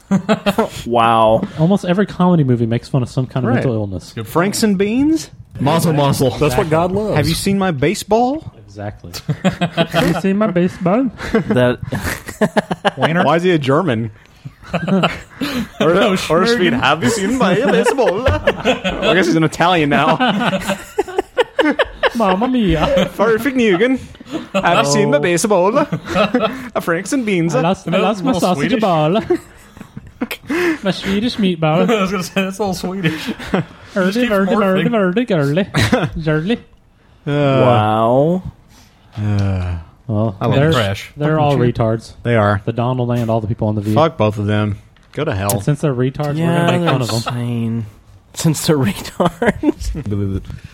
Speaker 3: wow.
Speaker 5: Almost every comedy movie makes fun of some kind of
Speaker 2: Right.
Speaker 5: mental illness.
Speaker 2: Franks and beans? Mazel mazel.
Speaker 5: That's what God loves.
Speaker 2: Have you seen my baseball?
Speaker 5: Exactly. Have you seen my baseball?
Speaker 3: That
Speaker 2: Why is he a German? or
Speaker 4: No,
Speaker 2: or should we
Speaker 4: Schmergen.
Speaker 2: have you seen my baseball? I guess he's an Italian now.
Speaker 5: Mamma mia.
Speaker 2: Perfect Nugent. Have you seen my baseball? a Franks and beans.
Speaker 5: I lost, I lost my
Speaker 4: Little
Speaker 5: sausage
Speaker 4: Swedish.
Speaker 5: ball. my Swedish meatball.
Speaker 4: I was going to say, that's a little Swedish.
Speaker 5: Early,
Speaker 4: keeps
Speaker 5: early, early,
Speaker 4: morphing.
Speaker 5: early, early. Early.
Speaker 2: Uh,
Speaker 3: wow.
Speaker 5: Well,
Speaker 2: I love
Speaker 5: they're,
Speaker 2: Crash.
Speaker 5: They're
Speaker 2: Fucking
Speaker 5: all
Speaker 2: cheer.
Speaker 5: retards.
Speaker 2: They are.
Speaker 5: The Donald and all the people on the view.
Speaker 2: Fuck both of them. Go to hell.
Speaker 5: And since they're retards, we're
Speaker 3: Yeah,
Speaker 5: gonna make
Speaker 3: they're
Speaker 5: fun of them.
Speaker 3: insane. Since they're retards.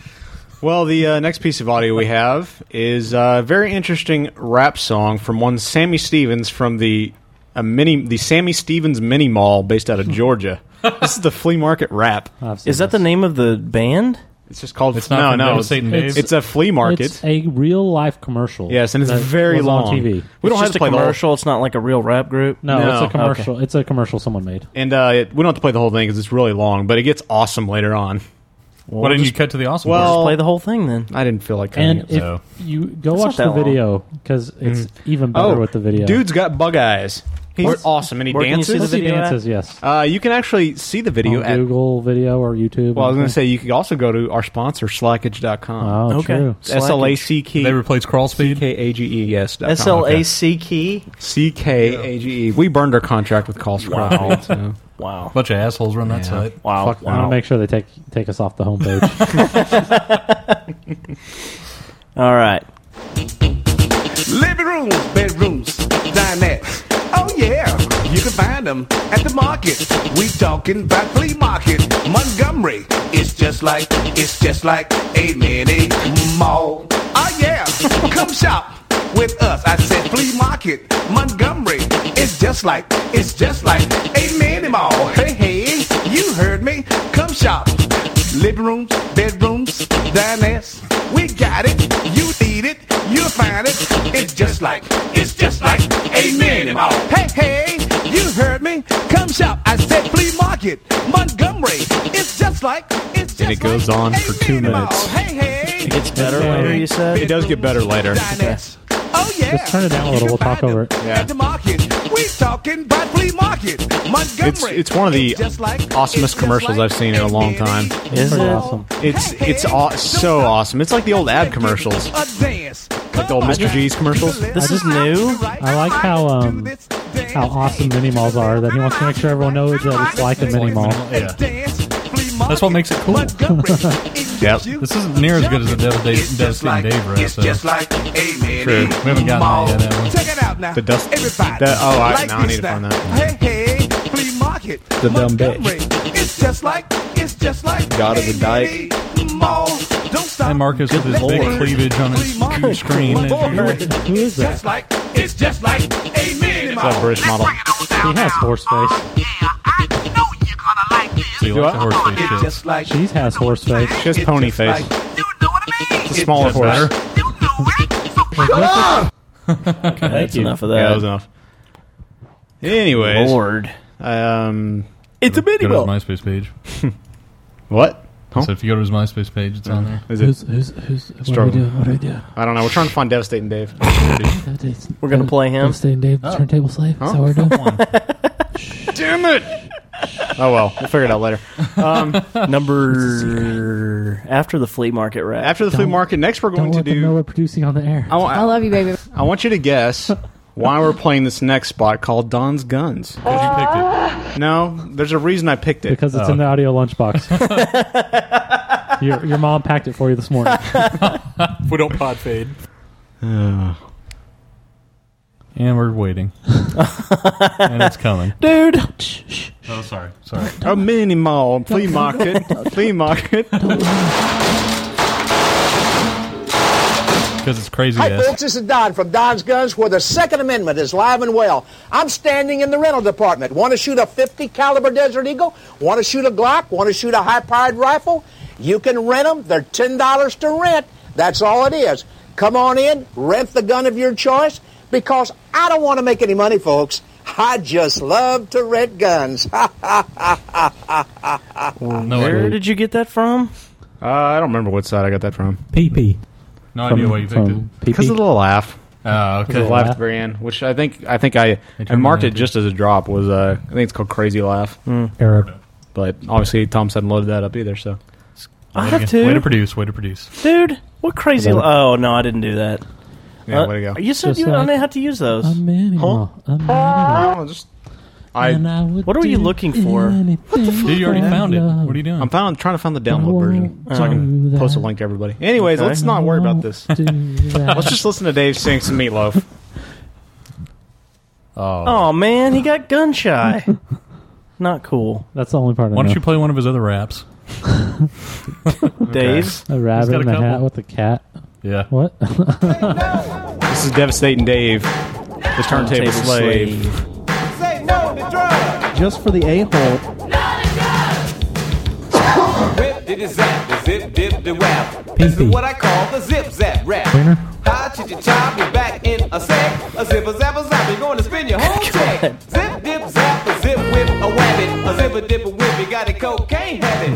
Speaker 2: Well, the uh, next piece of audio we have is a very interesting rap song from one Sammy Stevens from the a mini the Sammy Stevens Mini Mall based out of Georgia. this is the flea market rap.
Speaker 3: Is that the name of the band?
Speaker 2: It's just called.
Speaker 4: It's not
Speaker 2: no,
Speaker 4: from
Speaker 2: no.
Speaker 4: Devil
Speaker 2: It's,
Speaker 4: Satan Days.
Speaker 2: it's a flea market.
Speaker 5: It's a real life commercial.
Speaker 2: yes, and it's
Speaker 5: that
Speaker 2: very
Speaker 5: was
Speaker 2: long.
Speaker 5: on TV.
Speaker 2: We don't
Speaker 3: it's
Speaker 2: have
Speaker 3: just
Speaker 2: to
Speaker 3: a
Speaker 2: play the whole
Speaker 3: commercial. It's not like a real rap group.
Speaker 5: No,
Speaker 2: No.
Speaker 5: it's a commercial. It's a commercial someone made.
Speaker 2: And uh, it, we don't have to play the whole thing because it's really long, but it gets awesome later on.
Speaker 4: Why didn't you cut to the awesome
Speaker 2: Well,
Speaker 4: part?
Speaker 3: Play the whole thing then.
Speaker 2: I didn't feel like cutting
Speaker 5: And
Speaker 2: it.
Speaker 5: if
Speaker 2: so.
Speaker 5: you go
Speaker 3: It's
Speaker 5: watch
Speaker 3: not
Speaker 5: the
Speaker 3: that long.
Speaker 5: video because it's even better with the video.
Speaker 2: Mm. Oh, Dude's got bug eyes. He's awesome, and he
Speaker 3: where can you
Speaker 2: dances.
Speaker 3: see the
Speaker 5: Unless he
Speaker 3: video
Speaker 5: dances,
Speaker 3: at?
Speaker 5: yes.
Speaker 2: Uh, you can actually see the video
Speaker 5: on
Speaker 2: at.
Speaker 5: Google video or YouTube.
Speaker 2: Well, I was going
Speaker 5: to
Speaker 2: to say you could also go to our sponsor slackage.com.
Speaker 5: Oh,
Speaker 3: Okay.
Speaker 5: true.
Speaker 2: It's S L A C K E.
Speaker 4: They replaced crawl speed.
Speaker 2: K A G E yes dot com.
Speaker 3: S L A C key.
Speaker 2: C K A G E. We burned our contract with Calls for
Speaker 3: Wow.
Speaker 2: Profit, so.
Speaker 3: Wow.
Speaker 4: Bunch of assholes run that site.
Speaker 3: Wow.
Speaker 2: Fuck
Speaker 5: I want
Speaker 2: wow.
Speaker 5: to make sure they take take us off the homepage.
Speaker 3: All right.
Speaker 18: Living rooms, bedrooms, dinettes. Oh yeah, you can find them at the market. We talking about flea market, Montgomery. It's just like, it's just like a mini mall. Oh yeah, come shop with us. I said flea market, Montgomery. It's just like, it's just like a mini mall. Hey. living rooms, bedrooms, dinettes. We got it. You need it. You'll find it. It's just like, it's just like a minimum. Hey, hey, you heard me. Come shop. I said flea market, Montgomery. It's just like, it's
Speaker 2: And it goes on for two minutes.
Speaker 18: It
Speaker 3: gets better later, you said?
Speaker 2: It does get better later.
Speaker 18: oh yeah.
Speaker 5: Just turn it down a little. We'll talk over it.
Speaker 2: Yeah.
Speaker 18: The market. We talking about flea market, Montgomery.
Speaker 2: It's it's one of the awesomest commercials I've seen in a long time.
Speaker 5: Is Pretty it? awesome.
Speaker 2: It's it's aw- so awesome. It's like the old ad commercials, like the old Mr. G's commercials.
Speaker 5: This is new. I like how um how awesome mini malls are. That he wants to make sure everyone knows that it's like a mini mall.
Speaker 4: That's what makes it cool.
Speaker 2: Yep.
Speaker 4: This isn't near as good as the Devastating, devastating Dave Rose. So.
Speaker 18: Just like a
Speaker 4: True. We haven't gotten that yet, have we?
Speaker 18: Check it out now.
Speaker 2: The dust.
Speaker 18: Everybody.
Speaker 2: that- oh, I,
Speaker 18: like
Speaker 2: now I
Speaker 18: this
Speaker 2: need to find
Speaker 18: now.
Speaker 2: that.
Speaker 18: Hey, hey, flea market.
Speaker 2: The dumb bitch.
Speaker 18: Montgomery. It's just like, it's just like
Speaker 2: God of the Dyke.
Speaker 18: mall. Don't stop.
Speaker 4: And Marcus with his big cleavage on his screen.
Speaker 5: Who is that?
Speaker 18: Just like, it's just like a mini
Speaker 2: It's a
Speaker 18: mall.
Speaker 2: British model.
Speaker 5: He has horse face.
Speaker 4: See, like the horse face shit.
Speaker 18: Just like,
Speaker 5: She has horse face.
Speaker 2: She has pony face. It's a smaller
Speaker 4: That's
Speaker 2: horse.
Speaker 4: better.
Speaker 5: Ah!
Speaker 3: That's enough of that.
Speaker 2: Yeah, that was enough. Anyways,
Speaker 3: Lord.
Speaker 2: um, it's a
Speaker 4: Go
Speaker 2: mini
Speaker 4: to his
Speaker 2: mall.
Speaker 4: MySpace page.
Speaker 2: What? Huh?
Speaker 4: So if you go to his MySpace page, it's on there.
Speaker 2: Is
Speaker 5: Who's
Speaker 2: it?
Speaker 5: who's who's? What do we
Speaker 2: Struggle.
Speaker 5: do? What do we do?
Speaker 2: I don't know. We're trying to find Devastating Dave.
Speaker 3: We're gonna play him.
Speaker 5: Stay Dave,
Speaker 4: Oh.
Speaker 5: the turntable slave. Is that what we're doing?
Speaker 2: Damn it! Oh well, we'll figure it out later.
Speaker 3: Number Um, after the flea market rap.
Speaker 2: After the flea market, next we're
Speaker 5: Don't
Speaker 2: going to
Speaker 5: let them know
Speaker 2: do.
Speaker 5: we're producing on the air.
Speaker 2: I want,
Speaker 19: I love you, baby.
Speaker 2: I want you to guess why we're playing this next spot called Don's Guns. No, there's a reason I picked it.
Speaker 5: Because it's
Speaker 4: Oh.
Speaker 5: in the audio lunchbox. your, your mom packed it for you this morning.
Speaker 4: If we don't pod fade.
Speaker 2: Uh,
Speaker 4: And we're waiting. and it's coming.
Speaker 3: Dude.
Speaker 4: Oh, sorry. Sorry.
Speaker 2: a mini mall, flea market, flea market.
Speaker 4: Because it's crazy
Speaker 20: Hi,
Speaker 4: ass.
Speaker 20: folks. This is Don from Don's Guns, where the Second Amendment is live and well. I'm standing in the rental department. Want to shoot a 50 caliber Desert Eagle? Want to shoot a Glock? Want to shoot a high-powered rifle? You can rent them. They're ten dollars to rent. That's all it is. Come on in, rent the gun of your choice, because I don't want to make any money, folks. I just love to rent guns.
Speaker 4: No,
Speaker 3: Where
Speaker 4: idea.
Speaker 3: did you get that from?
Speaker 2: Uh, I don't remember what side I got that from.
Speaker 5: PP.
Speaker 4: no idea why you picked it.
Speaker 2: Because of the laugh.
Speaker 4: Oh,
Speaker 2: Because
Speaker 4: okay.
Speaker 2: of the laugh at the very end, which I think I think I, I marked it just as a drop was uh, I think it's called Crazy Laugh.
Speaker 5: Hmm. Arab.
Speaker 2: But obviously Thomas hadn't loaded that up either, so
Speaker 3: I
Speaker 4: Way
Speaker 3: have
Speaker 4: to- Way to
Speaker 3: to.
Speaker 4: produce. Way to produce.
Speaker 3: Dude, what crazy. Oh, no, I didn't do that.
Speaker 2: yeah,
Speaker 3: Uh,
Speaker 2: way to go.
Speaker 3: You said
Speaker 5: Just
Speaker 3: you don't
Speaker 5: like-
Speaker 3: know how to use those.
Speaker 5: A mini mall. A mini mall.
Speaker 2: Oh, just I
Speaker 5: And I would
Speaker 3: What are you
Speaker 5: do
Speaker 3: looking for?
Speaker 5: anything
Speaker 4: Dude, you already
Speaker 5: for
Speaker 4: found it.
Speaker 5: love.
Speaker 4: What are you doing?
Speaker 2: I'm found, trying to find the download version so I can
Speaker 5: do
Speaker 2: post a
Speaker 5: that.
Speaker 2: link to everybody. Anyways,
Speaker 3: Okay.
Speaker 2: let's not worry about this.
Speaker 5: Do that.
Speaker 2: Let's just listen to Dave sing some meatloaf.
Speaker 4: Oh.
Speaker 3: Oh, man, he got gun shy. Not cool.
Speaker 5: That's the only part I
Speaker 4: Why
Speaker 5: know.
Speaker 4: don't you play one of his other raps?
Speaker 3: Dave.
Speaker 5: a
Speaker 4: He's
Speaker 5: rabbit
Speaker 4: got a
Speaker 5: in a hat
Speaker 4: couple.
Speaker 5: with a cat.
Speaker 4: Yeah.
Speaker 5: What?
Speaker 2: This is devastating, Dave. The turntable slave.
Speaker 18: Say no to drugs.
Speaker 8: Just for the a hole.
Speaker 11: Whip did it zap, the zip dip the rap.
Speaker 5: Pee
Speaker 11: This is
Speaker 5: pee.
Speaker 11: what I call the zip zap rap.
Speaker 5: Winner.
Speaker 11: Hi, chit your chop, you're back in a sec. A zip a zap a zap, you're going to spin your whole check. Zip dip zap, a zip whip a wabbit, a zip a dip a whip, you got a cocaine habit.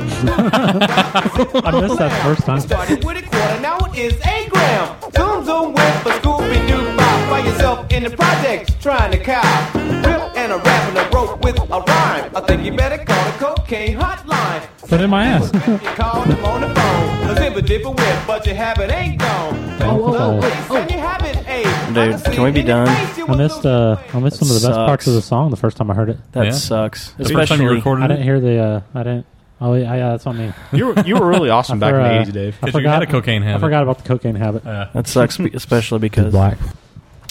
Speaker 5: I missed that first time.
Speaker 11: Started with a quarter, now it is a gram. Zoom zoom whip a Scooby Doo bop. By yourself in the projects, trying to cop. Rip and a rap and a rope with a rhyme. I think you better call the cocaine hotline.
Speaker 5: Put it in my ass.
Speaker 11: You call them on the phone. A zipper dipper whip, but your habit ain't gone.
Speaker 5: Oh.
Speaker 11: And your habit ain't.
Speaker 3: Dude, can we be done?
Speaker 5: I missed uh, I missed one of the best parts of the
Speaker 3: Sucks.
Speaker 5: song the first time I heard it.
Speaker 3: That
Speaker 4: Yeah.
Speaker 3: sucks.
Speaker 4: The first time you
Speaker 3: Especially.
Speaker 4: recorded
Speaker 5: I didn't
Speaker 4: it.
Speaker 5: hear the. Uh, I didn't. Oh yeah, yeah, that's on me.
Speaker 2: You were, you were really awesome back
Speaker 5: For, uh,
Speaker 2: in the 80s, Dave.
Speaker 5: I
Speaker 4: Because you
Speaker 5: forgot
Speaker 4: had a cocaine
Speaker 5: I
Speaker 4: habit.
Speaker 5: forgot about the cocaine habit.
Speaker 3: That sucks, be- especially because.
Speaker 5: black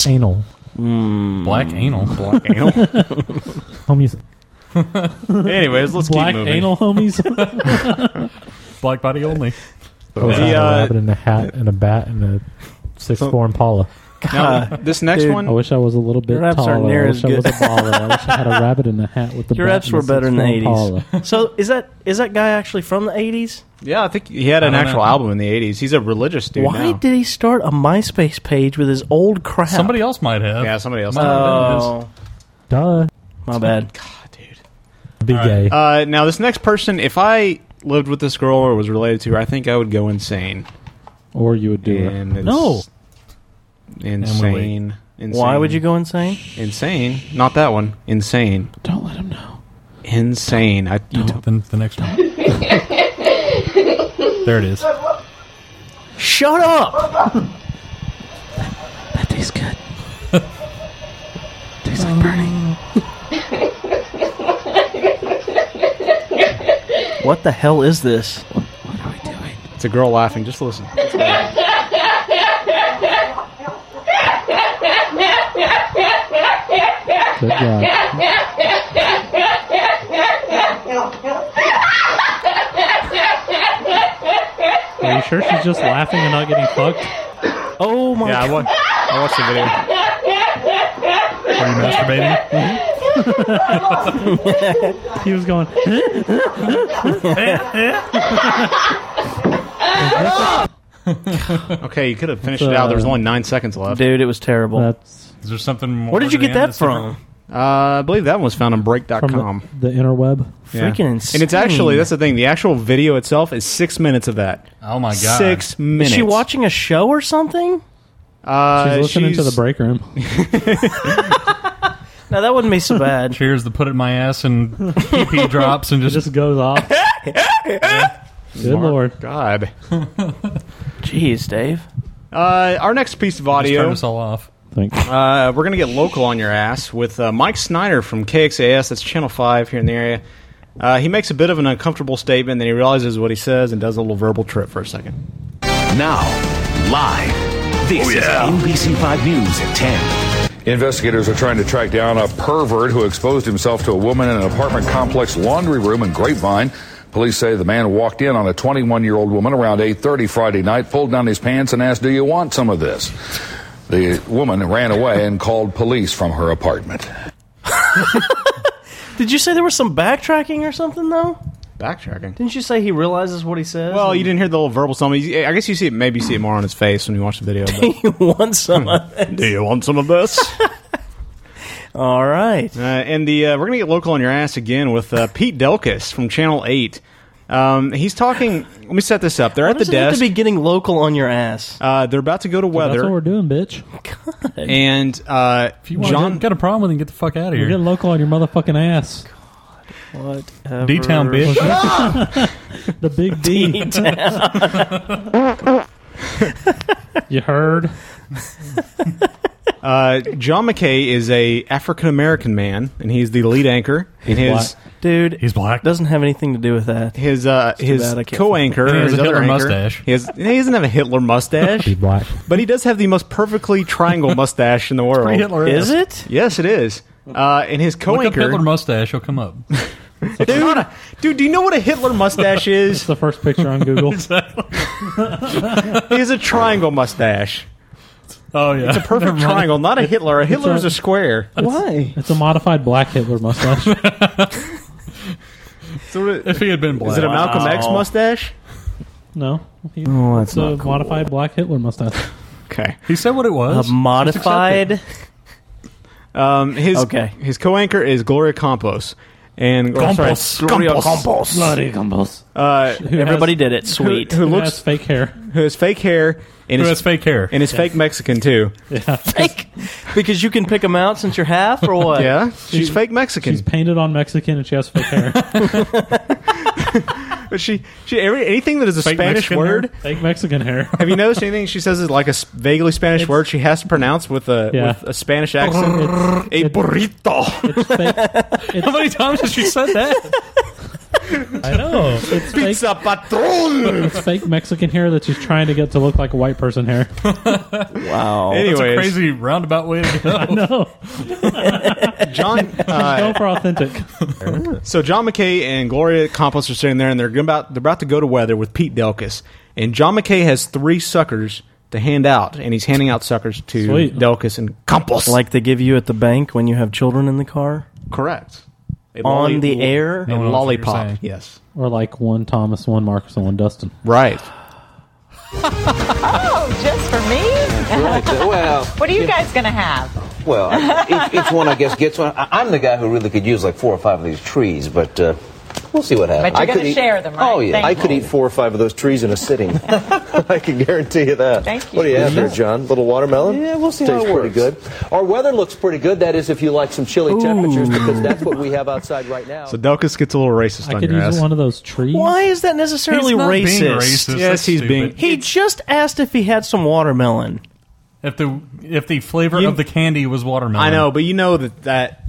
Speaker 5: anal
Speaker 3: Mm,
Speaker 4: Black anal.
Speaker 2: Black anal.
Speaker 5: homies.
Speaker 2: Anyways, let's
Speaker 5: black
Speaker 2: keep moving.
Speaker 5: anal homies.
Speaker 4: Black body only.
Speaker 2: The, uh,
Speaker 8: in a hat and a bat and a six four Impala.
Speaker 2: Now, this next
Speaker 5: Dude,
Speaker 2: one,
Speaker 5: I wish I was a little bit
Speaker 3: Your reps are
Speaker 5: taller.
Speaker 3: near
Speaker 5: I
Speaker 3: as
Speaker 5: wish I was a
Speaker 3: good.
Speaker 5: baller. I wish I had a rabbit in a hat with the
Speaker 3: Your
Speaker 5: bat
Speaker 3: reps were
Speaker 5: and a
Speaker 3: better in the
Speaker 5: six-foot taller.
Speaker 3: '80s. so is that is that guy actually from the '80s?
Speaker 2: Yeah, I think he had an
Speaker 3: I don't
Speaker 2: actual
Speaker 3: know.
Speaker 2: album in the '80s. He's a religious dude.
Speaker 3: Why
Speaker 2: now.
Speaker 3: did he start a MySpace page with his old crap?
Speaker 2: Somebody
Speaker 4: else might have.
Speaker 2: Yeah, somebody else.
Speaker 3: Oh,
Speaker 5: Duh.
Speaker 3: my bad.
Speaker 5: Be gay.
Speaker 2: Uh, now, this next person, if I lived with this girl or was related to her, I think I would go insane.
Speaker 5: Or you would do
Speaker 2: And
Speaker 5: it.
Speaker 2: it's
Speaker 5: And
Speaker 2: Insane.
Speaker 5: we
Speaker 2: insane.
Speaker 5: wait. Why would
Speaker 3: you go insane?
Speaker 2: Insane. Not that one. Insane.
Speaker 5: Don't let him know.
Speaker 2: Insane. I, you don't.
Speaker 4: The, next one. there it is.
Speaker 3: Shut up!
Speaker 5: That tastes good. tastes like burning.
Speaker 3: What the hell is this?
Speaker 2: It's a girl laughing. Just listen.
Speaker 3: Oh
Speaker 5: Good Are you sure she's just laughing and not getting fucked?
Speaker 3: Oh my
Speaker 2: Yeah, I watched, I watched the video.
Speaker 4: Are you masturbating?
Speaker 5: he was going.
Speaker 2: okay, you could have finished
Speaker 4: It's,
Speaker 2: it out. There was
Speaker 4: uh,
Speaker 2: only nine seconds left.
Speaker 3: Dude, it was terrible.
Speaker 4: Is there something more?
Speaker 2: Where did you
Speaker 4: to the end
Speaker 2: get that
Speaker 4: of the secret?
Speaker 2: from? Uh, I believe that one was found on
Speaker 5: from
Speaker 2: break.com.
Speaker 5: the, the interweb.
Speaker 2: Yeah. And it's actually, that's the thing, the actual video itself is six minutes of that.
Speaker 4: Oh my
Speaker 3: God.
Speaker 2: Six minutes.
Speaker 3: Is she watching a show or something?
Speaker 2: Uh,
Speaker 5: she's listening to the break room.
Speaker 3: Now that wouldn't be so bad.
Speaker 4: Cheers to put it in my ass and PP drops and just,
Speaker 5: just goes off. Good
Speaker 2: Mark
Speaker 5: lord.
Speaker 2: God.
Speaker 3: Jeez, Dave.
Speaker 2: Uh, our next piece of audio.
Speaker 4: turn us all off.
Speaker 5: Thanks.
Speaker 2: Uh, we're going to get local on your ass with uh, Mike Snyder from KXAS. That's Channel 5 here in the area. Uh, he makes a bit of an uncomfortable statement, then he realizes what he says and does a little verbal trip for a second.
Speaker 19: Now, live.
Speaker 21: Oh,
Speaker 19: This is NBC5 News at 10.
Speaker 21: Investigators are trying to track down a pervert who exposed himself to a woman in an apartment complex laundry room in Grapevine. Police say the man walked in on a 21-year-old woman around 8:30 Friday night, pulled down his pants and asked, "Do you want some of this?" The woman ran away and called police from her apartment.
Speaker 3: Did you say there was some backtracking or something though?
Speaker 2: Backtracking.
Speaker 3: Didn't you say he realizes what he says?
Speaker 2: Well, you didn't hear the little verbal something. You- I guess you see it, maybe you see it more on his face when you watch the video. but- Hmm.
Speaker 3: you want some of this?
Speaker 2: Do you want some of this?
Speaker 3: All right.
Speaker 2: Uh, and the uh, we're gonna get local on your ass again with uh, Pete Delkus from Channel Eight. Um, he's talking. Let me set this up. They're at
Speaker 3: Why
Speaker 2: the
Speaker 3: does it have
Speaker 2: desk.
Speaker 3: to be getting local on your ass?
Speaker 2: uh, they're about to go to
Speaker 5: That's what
Speaker 2: weather,
Speaker 5: we're doing, bitch.
Speaker 2: and uh,
Speaker 4: John
Speaker 2: John.
Speaker 4: got a problem with it. Get the fuck out of
Speaker 5: You're
Speaker 4: here.
Speaker 5: getting local on your motherfucking ass.
Speaker 3: What?
Speaker 4: D-town, bitch.
Speaker 5: the big D. you heard?
Speaker 2: Uh, John McKay is a African American man, and he's the lead anchor. And his
Speaker 3: Dude,
Speaker 4: he's black.
Speaker 3: Doesn't have anything to do with that.
Speaker 2: his uh,
Speaker 3: too
Speaker 2: his
Speaker 3: bad I can't-
Speaker 2: co-anchor,
Speaker 4: And he has
Speaker 2: his
Speaker 4: a Hitler
Speaker 2: other anchor,
Speaker 4: mustache.
Speaker 2: He, has, he doesn't have a Hitler mustache.
Speaker 5: Be black.
Speaker 2: But he does have the most perfectly triangle mustache in the world.
Speaker 4: pretty Hitler-esque.
Speaker 3: Is it?
Speaker 2: Yes, it is. Uh, and his
Speaker 4: Look up
Speaker 2: co-anchor,
Speaker 4: Hitler mustache. He'll come up.
Speaker 2: dude, dude, do you know what a Hitler mustache
Speaker 5: It's
Speaker 2: is?
Speaker 5: the first picture on Google.
Speaker 2: He has a triangle mustache.
Speaker 4: Oh yeah,
Speaker 2: It's a perfect triangle, not a Hitler. A Hitler is a square.
Speaker 3: Why?
Speaker 5: It's a modified black Hitler mustache.
Speaker 4: If he had been black,
Speaker 2: Is it a Malcolm X mustache?
Speaker 5: No. He-
Speaker 3: Oh, that's
Speaker 5: it's a
Speaker 3: not cool.
Speaker 5: modified black Hitler mustache.
Speaker 2: Okay.
Speaker 4: He said what it
Speaker 3: A
Speaker 4: was.
Speaker 3: modified.
Speaker 2: Um, his
Speaker 3: Okay.
Speaker 2: his co-anchor is Gloria Campos, and or, sorry, uh, who,
Speaker 3: Everybody did it. Sweet.
Speaker 2: who
Speaker 5: Who
Speaker 2: looks
Speaker 5: has fake hair.
Speaker 2: who has fake hair and
Speaker 4: Who
Speaker 2: is
Speaker 4: has fake hair?
Speaker 2: and is fake Mexican too.
Speaker 3: Fake. Because you can pick them out since you're half or what?
Speaker 2: Yeah, she's fake Mexican.
Speaker 5: She's painted on Mexican and she has fake hair.
Speaker 2: But she she every, anything that is a
Speaker 4: Fake
Speaker 2: Spanish
Speaker 4: Mexican
Speaker 2: word.
Speaker 5: fake Mexican hair.
Speaker 2: Have you noticed anything she says is like a s- vaguely Spanish word she has to pronounce with a
Speaker 5: Yeah.
Speaker 2: with a Spanish accent? a burrito.
Speaker 5: It's fake.
Speaker 4: How many times has she said that?
Speaker 5: I know. It's fake,
Speaker 2: Pizza patron.
Speaker 5: it's fake Mexican hair that she's trying to get to look like a white person hair.
Speaker 3: Wow.
Speaker 4: It's a
Speaker 2: Anyways,
Speaker 4: crazy roundabout way to go.
Speaker 5: No.
Speaker 2: John. Uh,
Speaker 5: Go for authentic.
Speaker 2: so John McKay and Gloria Campos are sitting there, and they're about they're about to go to weather with Pete Delkus, and John McKay has three suckers to hand out, and he's handing out suckers to
Speaker 3: Sweet.
Speaker 2: Delkus and Campos.
Speaker 3: Like they give you at the bank when you have children in the car?
Speaker 2: Correct. A
Speaker 3: On
Speaker 2: lolly-
Speaker 3: the air?
Speaker 2: a
Speaker 3: No one knows what you're
Speaker 2: lollipop.
Speaker 3: saying.
Speaker 2: Yes.
Speaker 5: Or like one Thomas, one Marcus, and one Dustin.
Speaker 2: Right.
Speaker 17: Oh, just for me?
Speaker 1: Right, uh, well,
Speaker 17: what are you
Speaker 1: if-
Speaker 17: guys going to have?
Speaker 1: Well, I- each, each one, I guess, gets one. I, I'm the guy who really could use like four or five of these trees, but uh, we'll see what happens.
Speaker 17: But you're
Speaker 1: I could
Speaker 17: gonna
Speaker 1: eat-
Speaker 17: share them, right?
Speaker 1: Oh, yeah.
Speaker 17: Thank
Speaker 1: I could
Speaker 17: you.
Speaker 1: eat four or five of those trees in a sitting. I can guarantee you that.
Speaker 17: Thank you.
Speaker 1: What do you have
Speaker 17: Yeah.
Speaker 1: there, John? Little watermelon? Yeah, we'll
Speaker 17: see how
Speaker 1: Tastes
Speaker 17: it
Speaker 1: pretty good. Our weather looks pretty good. That is, if you like some chilly temperatures, because that's what we have outside right now.
Speaker 2: So Delkus gets a little racist
Speaker 5: I
Speaker 2: on
Speaker 5: could
Speaker 2: your
Speaker 5: use
Speaker 2: ass.
Speaker 5: one of those trees.
Speaker 3: Why is that necessarily
Speaker 5: He's not being
Speaker 3: racist?
Speaker 2: racist. Yes, That's he's stupid. being-
Speaker 3: He just asked if he had some watermelon.
Speaker 4: If the if the flavor
Speaker 3: You-
Speaker 4: of the candy was watermelon,
Speaker 2: I know, but you know that that.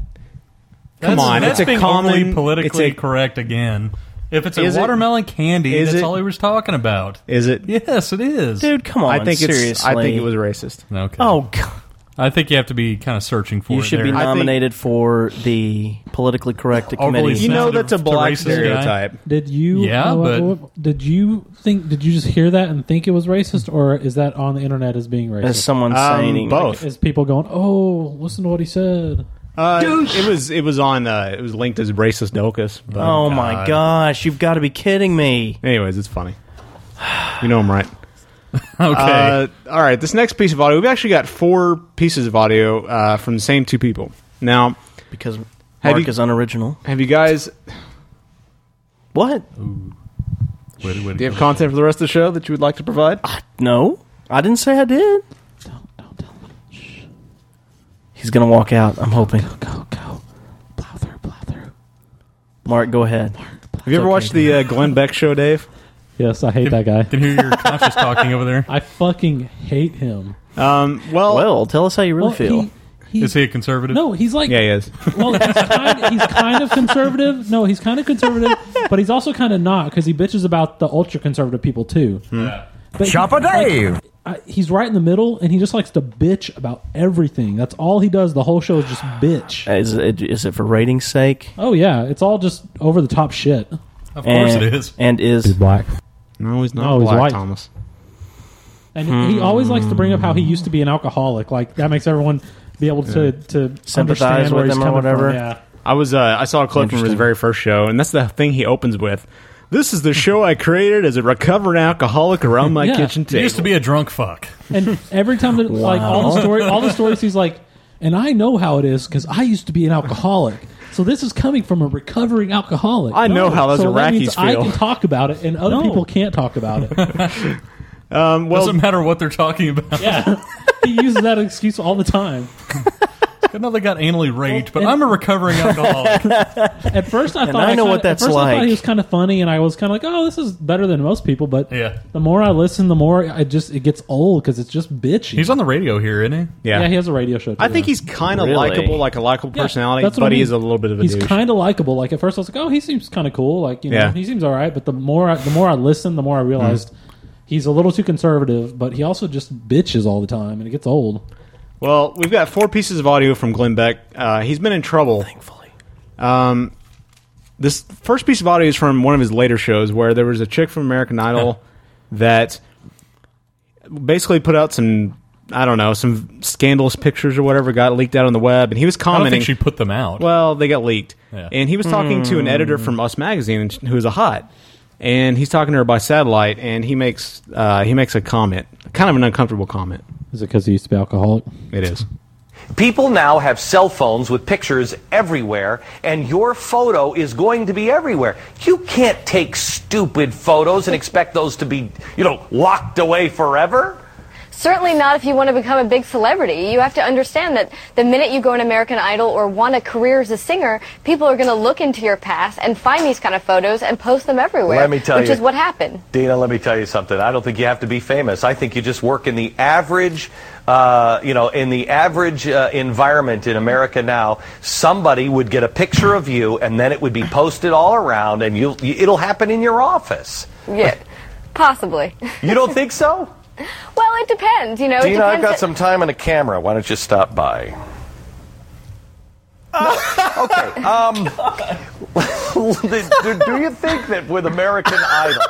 Speaker 2: Come
Speaker 4: That's-
Speaker 2: on,
Speaker 4: that's
Speaker 2: it's a
Speaker 4: being
Speaker 2: common
Speaker 4: overly politically
Speaker 2: it's a-
Speaker 4: correct again. If it's a
Speaker 2: Is it?
Speaker 4: watermelon candy,
Speaker 2: Is
Speaker 4: that's
Speaker 2: it?
Speaker 4: all he was talking about.
Speaker 2: Is it?
Speaker 4: Yes, it is.
Speaker 3: Dude, come on.
Speaker 2: I think it's. I
Speaker 3: seriously.
Speaker 2: think it was racist.
Speaker 4: Okay.
Speaker 3: Oh, God.
Speaker 4: I think you have to be kind of searching for
Speaker 3: You
Speaker 4: it.
Speaker 3: should be
Speaker 4: there.
Speaker 3: nominated for the politically correct
Speaker 4: Overly
Speaker 3: committee.
Speaker 4: You know sensitive that's a to black racist guy. stereotype.
Speaker 5: Did you?
Speaker 4: Yeah,
Speaker 5: uh,
Speaker 4: but-
Speaker 5: what- what- did you think? Did you just hear that and think it was racist, or is that on the internet as being racist?
Speaker 3: As someone
Speaker 2: Um, saying- both.
Speaker 5: Is people going, "Oh, listen to what he said"?
Speaker 2: Uh, it was. It was on. Uh, it was linked as racist Delkus. but-
Speaker 3: Oh, my gosh. You've got to be kidding me.
Speaker 2: Anyways, it's funny. You know I'm right.
Speaker 4: Okay.
Speaker 2: Uh, all right. This next piece of audio, we've actually got four pieces of audio uh, from the same two people. Now,
Speaker 3: because
Speaker 2: have
Speaker 3: Mark
Speaker 2: you,
Speaker 3: is unoriginal.
Speaker 2: have you guys?
Speaker 3: What?
Speaker 2: Do you have content for the rest of the show that you would like to provide?
Speaker 3: Uh, No, I didn't say I did. Don't, don't tell him. He's gonna walk out. I'm hoping. Go, go, go. Plow through, plow through. Mark, go ahead.
Speaker 2: Have you ever watched the uh, Glenn Beck show, Dave?
Speaker 5: Yes, I hate that guy.
Speaker 4: Can hear your conscious talking over there.
Speaker 5: I fucking hate him.
Speaker 2: Um, well,
Speaker 3: well, tell us how you really
Speaker 5: Well,
Speaker 3: feel.
Speaker 5: he- he-
Speaker 4: Is he a conservative?
Speaker 5: No, he's like
Speaker 2: Yeah, he is.
Speaker 5: well, he's kind, he's kind of conservative. No, he's kind of conservative, but he's also kind of not because he bitches about the ultra conservative people too.
Speaker 4: Hmm.
Speaker 5: But
Speaker 22: Chopper
Speaker 5: he- like,
Speaker 22: Dave.
Speaker 5: I, he's right in the middle, and he just likes to bitch about everything. That's all he does. The whole show is just bitch.
Speaker 3: Is it, is it for ratings' sake?
Speaker 5: Oh yeah, it's all just over the top shit.
Speaker 4: Of
Speaker 3: And- And is he's
Speaker 5: black?
Speaker 2: No, he's
Speaker 5: not No, he's black, white.
Speaker 2: Thomas.
Speaker 5: And he always likes to bring up how he used to be an alcoholic. Like that makes everyone be able to to understand where he's coming From. Yeah.
Speaker 2: I was. Uh, I saw a clip from his
Speaker 5: Interesting.
Speaker 2: very first show, and that's the thing he opens with. This is the show I created as a recovered alcoholic around my
Speaker 5: Yeah.
Speaker 2: kitchen
Speaker 4: He
Speaker 2: table.
Speaker 4: used to be a drunk fuck.
Speaker 5: And every time that like all
Speaker 4: Wow.
Speaker 5: the story, all the stories, he's like, and I know how it is because I used to be an alcoholic. So this is coming from a recovering alcoholic.
Speaker 2: I know how those
Speaker 5: so that means
Speaker 2: Iraqis
Speaker 5: I
Speaker 2: feel.
Speaker 5: can talk about it, and other people can't talk about it.
Speaker 2: Um, well,
Speaker 4: Doesn't matter what they're talking about.
Speaker 5: Yeah, he uses that excuse all the time.
Speaker 4: Another got anally raped, but I'm a recovering alcoholic.
Speaker 5: At first, I
Speaker 4: And
Speaker 5: thought
Speaker 4: I know
Speaker 5: kinda-
Speaker 4: what that's
Speaker 5: at first I thought
Speaker 4: like.
Speaker 5: he was kind of funny, and I was kind of like, "Oh, this is better than most people." But
Speaker 4: Yeah.
Speaker 5: the more I listen, the more I just it gets old because it's just bitchy.
Speaker 4: He's on the radio here, isn't he?
Speaker 5: yeah. he has a radio show. Too,
Speaker 2: I think
Speaker 5: yeah.
Speaker 2: he's kind of likable, like a likable
Speaker 5: Yeah,
Speaker 2: personality,
Speaker 5: that's
Speaker 2: but
Speaker 5: what I
Speaker 2: he
Speaker 5: mean.
Speaker 2: is a little bit of a
Speaker 5: he's
Speaker 2: douche.
Speaker 5: kind of likable. Like at first, I was like, "Oh, he seems kind of cool." Like you know,
Speaker 2: Yeah.
Speaker 5: he seems all right. But the more I, the more I listened, the more I realized he's a little too conservative. But he also just bitches all the time, and it gets old.
Speaker 2: Well, we've got four pieces of audio from Glenn Beck. Uh, he's been in trouble. Thankfully. Um, this first piece of audio is from one of his later shows where there was a chick from American Idol that basically put out some, I don't know, some scandalous pictures or whatever got leaked out on the web. And he was
Speaker 4: I don't
Speaker 2: commenting.
Speaker 4: think she put them out.
Speaker 2: Well, they got leaked.
Speaker 4: Yeah.
Speaker 2: And he was talking to an editor from Us Magazine who is a hot. And he's talking to her by satellite, and he makes uh, he makes a comment, kind of an uncomfortable comment.
Speaker 5: Is it because he used to be alcoholic?
Speaker 2: It is.
Speaker 23: People now have cell phones with pictures everywhere, and your photo is going to be everywhere. You can't take stupid photos and expect those to be, you know, locked away forever.
Speaker 24: Certainly not if you want to become a big celebrity. You have to understand that the minute you go on American Idol or want a career as a singer, people are going to look into your past and find these kind of photos and post them everywhere.
Speaker 23: Let me tell
Speaker 24: which
Speaker 23: you.
Speaker 24: is what happened.
Speaker 23: Dina, let me tell you something. I don't think you have to be famous. I think you just work in the average, uh, you know, in the average uh, environment in America now. Somebody would get a picture of you, and then it would be posted all around, and you, you it'll happen in your office.
Speaker 24: Yeah, possibly.
Speaker 23: You don't think so?
Speaker 24: Well, it depends. You know, it
Speaker 23: Dina, I've
Speaker 24: depends.
Speaker 23: got some time on a camera. Why don't you stop by? okay. Um, do do you think that with American Idol,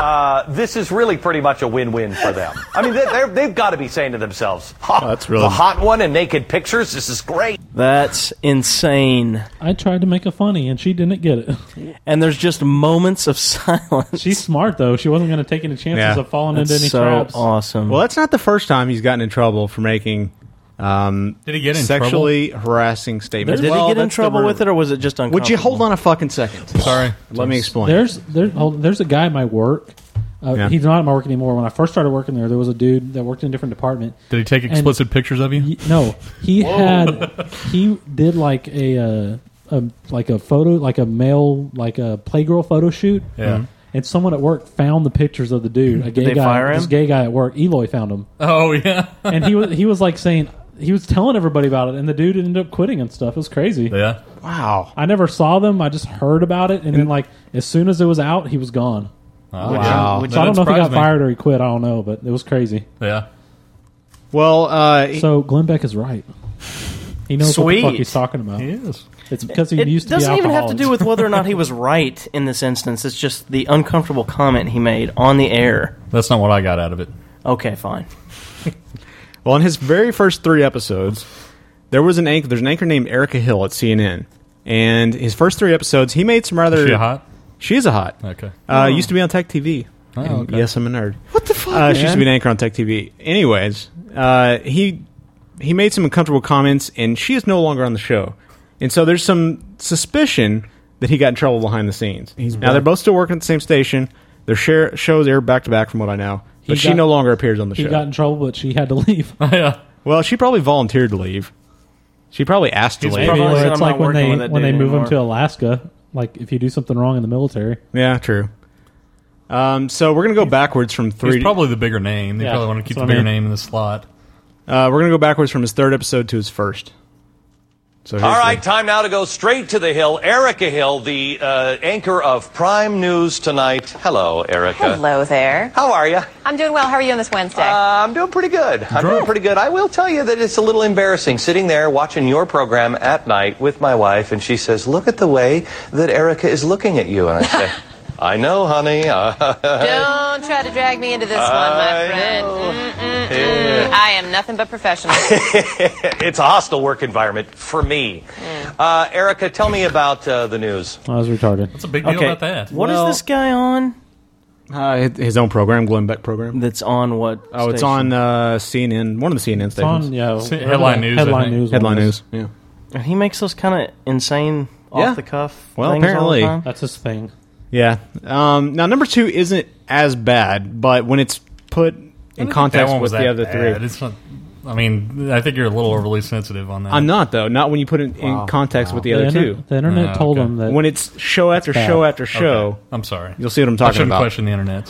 Speaker 23: uh, this is really pretty much a win-win for them. I mean, they- they're, they've got to be saying to themselves, "Ha,
Speaker 3: that's really-
Speaker 23: the hot one and naked pictures. This is great."
Speaker 3: That's insane.
Speaker 5: I tried to make a funny, and she didn't get it.
Speaker 3: And there's just moments of silence.
Speaker 5: She's smart though. She wasn't going to take any chances of falling
Speaker 2: That's
Speaker 5: into any
Speaker 2: so
Speaker 5: traps.
Speaker 3: awesome.
Speaker 2: Well, that's not the first time he's gotten in trouble for making um,
Speaker 4: Did he get in
Speaker 2: sexually harassing statements.
Speaker 3: Did he
Speaker 2: Well,
Speaker 3: get in
Speaker 2: that's the
Speaker 3: trouble with it,
Speaker 2: rumor.
Speaker 3: or was it just uncomfortable?
Speaker 2: Would you hold on a fucking second? Sorry. Let me explain.
Speaker 5: There's there, hold on, there's a guy at my work. Uh,
Speaker 4: Yeah.
Speaker 5: He's not at my work anymore. When I first started working there, there was a dude that worked in a different department.
Speaker 4: Did he take
Speaker 5: And-
Speaker 4: explicit pictures of you?
Speaker 5: No, he
Speaker 4: Whoa.
Speaker 5: had he did like a, uh, a like a photo like a male like a playgirl photo shoot.
Speaker 4: Yeah.
Speaker 5: And someone at work found the pictures of the dude. A
Speaker 4: Did
Speaker 5: gay
Speaker 4: they
Speaker 5: guy,
Speaker 4: fire
Speaker 5: this
Speaker 4: him?
Speaker 5: gay guy at work. Eloy found him,
Speaker 4: Oh yeah.
Speaker 5: and he was he was like saying he was telling everybody about it, and the dude ended up quitting and stuff. It was crazy.
Speaker 4: Yeah.
Speaker 2: Wow.
Speaker 5: I never saw them. I just heard about it, and then like as soon as it was out, he was gone.
Speaker 2: Oh, wow.
Speaker 5: So I don't know if he
Speaker 2: That
Speaker 5: got
Speaker 2: surprised me.
Speaker 5: fired or he quit. I don't know, but it was crazy.
Speaker 4: Yeah.
Speaker 2: Well, uh,
Speaker 5: so Glenn Beck is right. He knows what the fuck
Speaker 3: Sweet.
Speaker 5: he's talking about.
Speaker 4: He is.
Speaker 5: It's because he
Speaker 3: it
Speaker 5: used to
Speaker 3: doesn't
Speaker 5: be
Speaker 3: even have to do with whether or not he was right in this instance. It's just the uncomfortable comment he made on the air.
Speaker 4: That's not what I got out of it.
Speaker 3: Okay, fine.
Speaker 2: Well, in his very first three episodes, there was an anchor. There's an anchor named Erica Hill at CNN, and his first three episodes, he made some rather.
Speaker 4: Is she a hot?
Speaker 2: She is a hot.
Speaker 4: Okay.
Speaker 2: Uh,
Speaker 4: Oh.
Speaker 2: Used to be on Tech TV.
Speaker 4: Oh,
Speaker 2: And
Speaker 4: okay.
Speaker 2: Yes, I'm a nerd.
Speaker 4: What the fuck,
Speaker 2: Uh, she used to
Speaker 4: man?
Speaker 2: be an anchor on Tech TV. Anyways, uh, he he made some uncomfortable comments, and she is no longer on the show. And so there's some suspicion that he got in trouble behind the scenes. now
Speaker 5: back.
Speaker 2: they're both still working at the same station. Their share, shows air back to back, from what I know.
Speaker 5: He
Speaker 2: But she
Speaker 5: got-
Speaker 2: no longer appears on the
Speaker 5: He
Speaker 2: show.
Speaker 5: got in trouble, but she had to leave.
Speaker 4: yeah.
Speaker 2: Well, she probably volunteered to leave. She probably asked to
Speaker 5: It's,
Speaker 2: leave.
Speaker 5: like when they when they move him to Alaska. Like if you do something wrong in the military,
Speaker 2: Yeah, true. Um, so we're gonna go backwards from three.
Speaker 4: He's probably the bigger name. They
Speaker 5: Yeah,
Speaker 4: probably want to keep
Speaker 5: that's
Speaker 4: the
Speaker 5: what I
Speaker 4: bigger
Speaker 5: mean.
Speaker 4: name in the slot.
Speaker 2: uh, we're gonna go backwards from his third episode to his first. So here's
Speaker 23: All
Speaker 2: the-
Speaker 23: right, time now to go straight to the hill. Erica Hill, the uh, anchor of Prime News tonight. Hello, Erica.
Speaker 6: Hello there.
Speaker 23: How are you?
Speaker 6: I'm doing well. How are you on this Wednesday?
Speaker 23: Uh, I'm doing pretty good. I'm doing pretty good. I will tell you that it's a little embarrassing sitting there watching your program at night with my wife, and she says, "Look at the way that Erica is looking at you," and I say, "I know, honey." Uh,
Speaker 6: Don't try to drag me into this one,
Speaker 23: I
Speaker 6: my friend.
Speaker 23: Yeah.
Speaker 6: Mm-mm-mm. I am nothing but professional.
Speaker 23: it's a hostile work environment for me. Uh, Erica, tell me about uh, the news.
Speaker 5: I was retarded.
Speaker 4: What's a big
Speaker 23: deal
Speaker 4: about that?
Speaker 3: What is
Speaker 23: Well-
Speaker 3: this guy on?
Speaker 2: Uh, his own program, Glenn Beck program.
Speaker 3: That's on what?
Speaker 2: Oh, it's
Speaker 3: station?
Speaker 2: on uh, CNN. One of the CNN
Speaker 3: It's
Speaker 2: stations.
Speaker 3: on, yeah, Se- headline news, I headline think. news,
Speaker 2: Headline
Speaker 3: one of
Speaker 2: news.
Speaker 3: those.
Speaker 2: Yeah.
Speaker 3: And he makes those kind of insane,
Speaker 2: Yeah.
Speaker 3: off the cuff.
Speaker 2: Well,
Speaker 3: things all the
Speaker 2: apparently.
Speaker 3: time.
Speaker 5: that's his thing.
Speaker 2: Yeah. Um, now number two isn't as bad, but when it's put in
Speaker 4: That
Speaker 2: context
Speaker 4: one was
Speaker 2: with the
Speaker 4: that
Speaker 2: other
Speaker 4: bad.
Speaker 2: three,
Speaker 4: It's not, I mean, I think you're a little overly sensitive on that.
Speaker 2: I'm not though. Not when you put it in
Speaker 4: Wow.
Speaker 2: context with the
Speaker 4: The
Speaker 2: other
Speaker 4: inter-
Speaker 2: two.
Speaker 4: the internet Ah, told okay. him that
Speaker 2: when it's show after
Speaker 4: bad.
Speaker 2: show after
Speaker 4: Okay.
Speaker 2: show.
Speaker 4: I'm sorry.
Speaker 2: You'll see what I'm
Speaker 4: I
Speaker 2: talking
Speaker 4: shouldn't
Speaker 2: about.
Speaker 4: question the internet.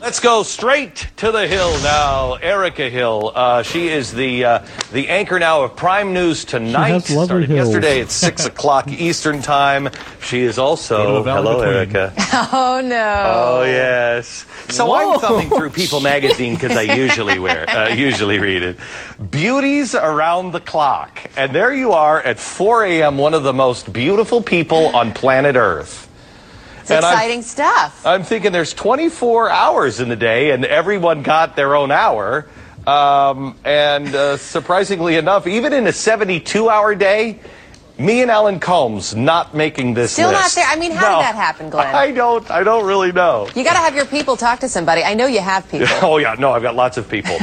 Speaker 23: Let's go straight to the hill now. Erica Hill. Uh, she is the uh, the anchor now of Prime News tonight.
Speaker 5: has lovely
Speaker 23: Started
Speaker 5: hills.
Speaker 23: yesterday at six o'clock Eastern time. She is
Speaker 5: Go to
Speaker 23: also
Speaker 5: the Valley
Speaker 23: hello,
Speaker 5: of the Queen.
Speaker 23: Erica.
Speaker 6: oh no.
Speaker 23: Oh yes. So I'm thumbing through People magazine because I usually wear, uh, usually read it. Beauties around the clock, and there you are at 4 a.m. One of the most beautiful people on planet Earth.
Speaker 6: It's
Speaker 23: And I'm-
Speaker 6: exciting stuff.
Speaker 23: I'm thinking there's 24 hours in the day, and everyone got their own hour. Um, and uh, surprisingly enough, even in a 72 hour day, me and Alan Combs not making this
Speaker 6: Still not
Speaker 23: list.
Speaker 6: there. I mean, how
Speaker 23: No.
Speaker 6: did that happen, Glenn?
Speaker 23: I don't. I don't really know.
Speaker 6: you got to have your people talk to somebody. I know you have people.
Speaker 23: Oh yeah, no, I've got lots of people.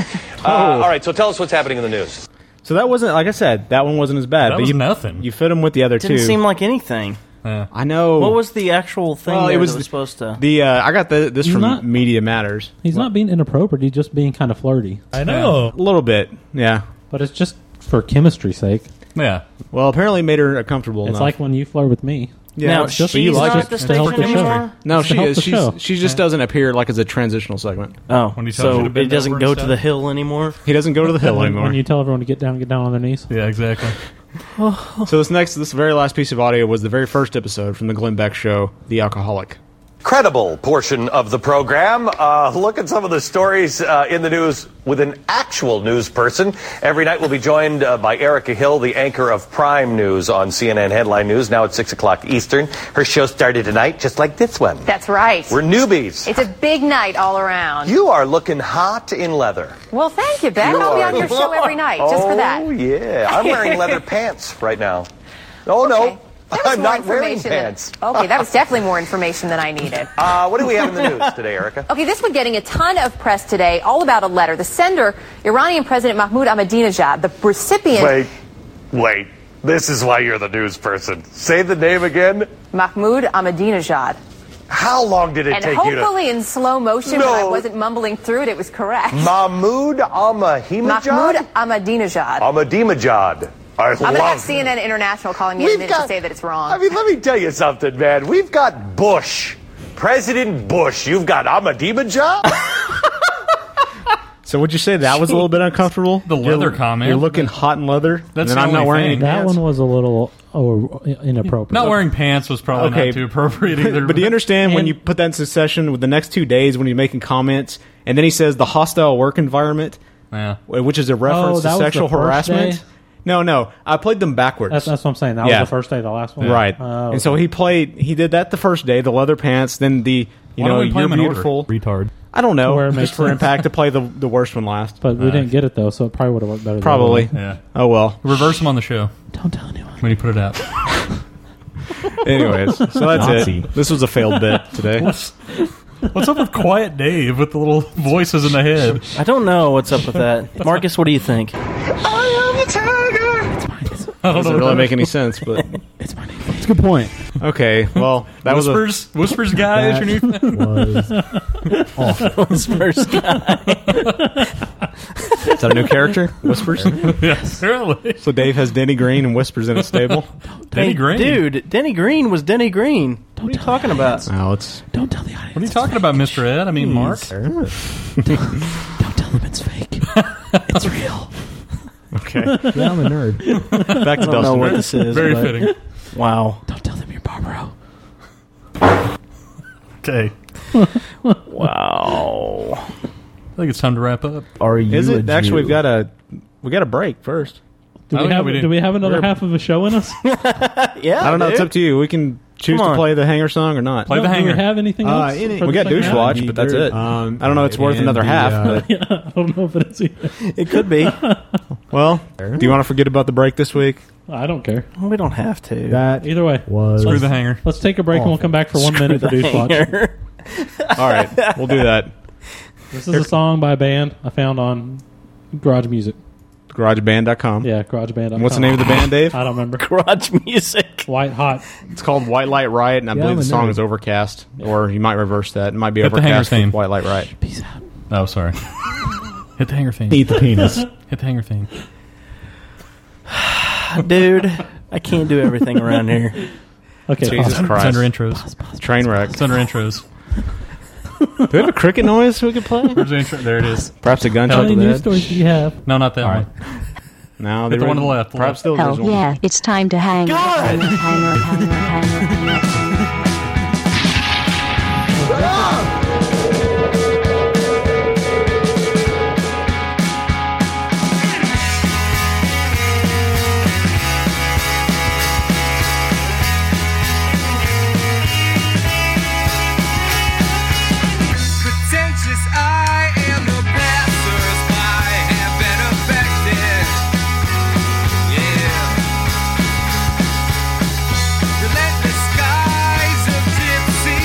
Speaker 23: Uh, all right, so tell us what's happening in the news.
Speaker 2: So that wasn't like I said. That one wasn't as bad.
Speaker 23: That
Speaker 2: but
Speaker 23: was
Speaker 2: you,
Speaker 23: nothing.
Speaker 2: You fit him with the other
Speaker 3: Didn't
Speaker 2: two.
Speaker 3: seem like anything.
Speaker 2: I know.
Speaker 3: What was the actual thing?
Speaker 2: Well,
Speaker 3: there
Speaker 2: it was
Speaker 3: that
Speaker 2: the-
Speaker 3: was supposed to.
Speaker 2: the? Uh, I got the, this
Speaker 5: He's
Speaker 2: from
Speaker 5: not-
Speaker 2: Media Matters.
Speaker 5: He's not being inappropriate. He's just being kind of flirty.
Speaker 2: Yeah. a little bit. Yeah,
Speaker 5: but it's just for chemistry's sake.
Speaker 4: Yeah.
Speaker 2: Well, apparently made her comfortable.
Speaker 5: It's
Speaker 2: enough.
Speaker 5: like when you flirt with me.
Speaker 2: Yeah,
Speaker 5: Now,
Speaker 2: just-
Speaker 5: she's
Speaker 2: you like
Speaker 5: not
Speaker 2: it.
Speaker 5: at the Just to help station the show. anymore?
Speaker 2: No,
Speaker 5: Just to
Speaker 2: she
Speaker 5: help
Speaker 2: is.
Speaker 5: the
Speaker 2: She's,
Speaker 5: show.
Speaker 2: she just doesn't appear like as a transitional segment.
Speaker 3: Oh,
Speaker 2: when he
Speaker 3: tells so you to bend it doesn't over go and to stuff? the hill anymore.
Speaker 2: He doesn't go to the hill
Speaker 5: when,
Speaker 2: anymore.
Speaker 5: When you tell everyone to get down, get down on their knees.
Speaker 4: Yeah, exactly.
Speaker 2: so this next, this very last piece of audio was the very first episode from the Glenn Beck show, The Alcoholic.
Speaker 23: credible portion of the program. Uh, look at some of the stories uh, in the news with an actual news person. Every night we'll be joined uh, by Erica Hill, the anchor of Prime News on CNN Headline News, now at 6 o'clock Eastern. Her show started tonight, just like this one.
Speaker 6: That's right.
Speaker 23: We're newbies.
Speaker 6: It's a big night all around.
Speaker 23: You are looking hot in leather.
Speaker 6: Well, thank you, Ben.
Speaker 23: You
Speaker 6: I'll be
Speaker 23: are-
Speaker 6: on your show every night just for
Speaker 23: Oh,
Speaker 6: that.
Speaker 23: yeah. I'm wearing leather pants right now. Oh, no. I'm
Speaker 6: More
Speaker 23: not wearing
Speaker 6: information than-
Speaker 23: pants.
Speaker 6: okay, that was definitely more information than I needed.
Speaker 23: Uh, what do we have in the news today, Erica?
Speaker 6: Okay, this one getting a ton of press today, all about a letter. The sender, Iranian President Mahmoud Ahmadinejad, the recipient,
Speaker 23: Wait, wait. This is why you're the news person. Say the name again.
Speaker 6: Mahmoud Ahmadinejad.
Speaker 23: How long did it
Speaker 6: and
Speaker 23: take you
Speaker 6: hopefully
Speaker 23: to?
Speaker 6: in slow motion,
Speaker 23: No.
Speaker 6: when I wasn't mumbling through it, it was correct. Mahmoud
Speaker 23: Mahmoud Ahmadinejad.
Speaker 6: Ahmadinejad.
Speaker 23: Ahmadinejad. I
Speaker 6: I'm gonna have
Speaker 23: love.
Speaker 6: CNN International calling me in
Speaker 23: We've
Speaker 6: a minute
Speaker 23: got-
Speaker 6: to say that it's
Speaker 23: I
Speaker 6: wrong.
Speaker 23: mean, let me tell you something, man. We've got Bush, President Bush. You've got Ahmadinejad.
Speaker 2: So would you say that was a little bit uncomfortable? The
Speaker 4: leather
Speaker 2: you're,
Speaker 4: comment.
Speaker 2: You're looking hot in leather.
Speaker 4: That's
Speaker 2: and
Speaker 4: the
Speaker 2: I'm not
Speaker 4: only
Speaker 2: wearing any
Speaker 4: thing.
Speaker 5: That
Speaker 2: pants.
Speaker 5: one was a little oh, inappropriate.
Speaker 4: Not wearing pants was probably
Speaker 2: Okay.
Speaker 4: not too appropriate either.
Speaker 2: but do you understand when you put that in succession with the next two days when you're making comments, and then he says the hostile work environment,
Speaker 4: yeah.
Speaker 2: which is a
Speaker 5: Oh, that
Speaker 2: reference
Speaker 5: was the
Speaker 2: to sexual
Speaker 5: first
Speaker 2: harassment.
Speaker 5: day?
Speaker 2: No, no, I played them backwards.
Speaker 5: That's, that's what I'm saying. That
Speaker 2: Yeah.
Speaker 5: was the first day, the last one.
Speaker 2: Right,
Speaker 5: Oh,
Speaker 2: and so he played. He did that the first day, the leather pants. Then the you
Speaker 4: Why
Speaker 2: know
Speaker 4: don't we play
Speaker 2: you're
Speaker 4: them in order?
Speaker 2: beautiful.
Speaker 4: retard.
Speaker 2: I don't know.
Speaker 5: Where it
Speaker 2: just
Speaker 5: makes
Speaker 2: for
Speaker 5: sense.
Speaker 2: impact to play the the worst one last.
Speaker 5: but we didn't get it though, so it probably would have worked better. than
Speaker 2: Probably.
Speaker 5: that.
Speaker 4: Yeah.
Speaker 2: Oh well.
Speaker 4: Reverse them on the show.
Speaker 5: Don't tell anyone.
Speaker 4: When you put it out.
Speaker 2: Anyways, so that's
Speaker 4: Nazi.
Speaker 2: it. This was a failed bit today.
Speaker 4: What's, what's up with Quiet Dave with the little voices in the head?
Speaker 3: I don't know what's up with that. Marcus, what do you think?
Speaker 4: I don't
Speaker 2: doesn't
Speaker 4: know.
Speaker 2: really make any sense, but
Speaker 5: It's a good point.
Speaker 2: okay. Well, that was a,
Speaker 4: Whispers, Whispers guy is your new thing.
Speaker 3: Whispers guy.
Speaker 2: is that a new character? Whispers.
Speaker 4: yeah, apparently.
Speaker 2: So Dave has Denny Green and Whispers in his stable.
Speaker 4: Denny
Speaker 3: Hey,
Speaker 4: Green.
Speaker 3: Dude, Denny Green was Denny Green. what are you talking about?
Speaker 2: Now it's
Speaker 5: Don't tell the audience.
Speaker 4: What are you talking about, Mr. Ed? I mean, Mark.
Speaker 5: Don't tell them it's fake. it's real.
Speaker 2: okay.
Speaker 25: Yeah, I'm a nerd.
Speaker 2: Back
Speaker 3: I
Speaker 2: to
Speaker 3: don't know
Speaker 2: Dustin.
Speaker 3: what this is.
Speaker 4: Very
Speaker 3: but-
Speaker 4: fitting.
Speaker 3: Wow.
Speaker 5: Don't tell them you're Barbaro.
Speaker 4: Okay.
Speaker 3: Wow.
Speaker 4: I think it's time to wrap up.
Speaker 25: Are you?
Speaker 2: Is it
Speaker 25: a
Speaker 2: actually? We've
Speaker 25: Jew?
Speaker 2: got a we got a break first.
Speaker 5: Do
Speaker 4: Oh,
Speaker 5: we
Speaker 4: yeah,
Speaker 5: have
Speaker 4: we did.
Speaker 5: Do we have another
Speaker 2: We're-
Speaker 5: half of a show in us?
Speaker 3: Yeah.
Speaker 2: I don't know. It's
Speaker 3: dude.
Speaker 2: up to you. We can choose
Speaker 3: Come
Speaker 2: to
Speaker 3: on.
Speaker 2: play the hanger song or not.
Speaker 4: Play
Speaker 5: No,
Speaker 4: the
Speaker 5: do we
Speaker 4: hanger.
Speaker 5: have anything
Speaker 25: Uh,
Speaker 5: else?
Speaker 25: any-
Speaker 5: for
Speaker 2: we
Speaker 5: the
Speaker 2: got
Speaker 5: second
Speaker 2: douche
Speaker 5: half?
Speaker 2: watch, but that's it.
Speaker 25: Um,
Speaker 2: I don't know. It's worth
Speaker 25: and
Speaker 2: another
Speaker 25: the,
Speaker 2: half.
Speaker 25: uh,
Speaker 2: but,
Speaker 5: I don't know if it is either.
Speaker 3: It could be.
Speaker 2: well, do you want to forget about the break this week?
Speaker 5: I don't care.
Speaker 3: we don't have to.
Speaker 25: That
Speaker 5: Either way,
Speaker 25: was
Speaker 4: Screw the hanger.
Speaker 5: let's take a break and we'll come back for one minute for douche watch.
Speaker 3: Hanger.
Speaker 2: All right, we'll do that.
Speaker 5: This is a song by a band I found on Garage Music.
Speaker 2: GarageBand.com.
Speaker 5: Yeah, Garage Band.
Speaker 2: And What's the name of the band, Dave?
Speaker 5: I don't remember.
Speaker 3: Garage music.
Speaker 5: White Hot.
Speaker 2: It's called White Light Riot, and I
Speaker 25: Yeah,
Speaker 2: believe
Speaker 25: I'm
Speaker 2: the
Speaker 25: a
Speaker 2: song
Speaker 25: nerd.
Speaker 2: is Overcast, or you might reverse that. It might be
Speaker 4: Hit the hanger
Speaker 2: Overcast
Speaker 4: theme.
Speaker 2: with White Light Riot.
Speaker 5: Peace out.
Speaker 4: Oh, sorry. Hit the hanger thing.
Speaker 25: eat the penis.
Speaker 4: Hit the hanger thing.
Speaker 3: Dude, I can't do everything around here.
Speaker 5: Okay.
Speaker 2: Jesus
Speaker 5: awesome.
Speaker 2: Christ.
Speaker 4: It's under intros.
Speaker 2: Train wreck.
Speaker 4: It's under intros.
Speaker 2: Do we have a cricket noise we could play?
Speaker 4: Where's the intro? There it is.
Speaker 2: Perhaps a
Speaker 5: How
Speaker 2: gunshot
Speaker 5: many
Speaker 2: to
Speaker 5: news
Speaker 2: the head.
Speaker 5: stories do you have?
Speaker 4: No, not that one.
Speaker 2: No,
Speaker 4: Hit
Speaker 2: they
Speaker 4: the one
Speaker 2: were-
Speaker 4: to the left, the
Speaker 2: Perhaps
Speaker 4: left.
Speaker 2: still
Speaker 12: Hell
Speaker 2: original.
Speaker 12: yeah, it's time to hang. Hang, hang, hang, hang, hang.
Speaker 14: pretentious. I am the passersby, have been affected. Yeah. Relentless skies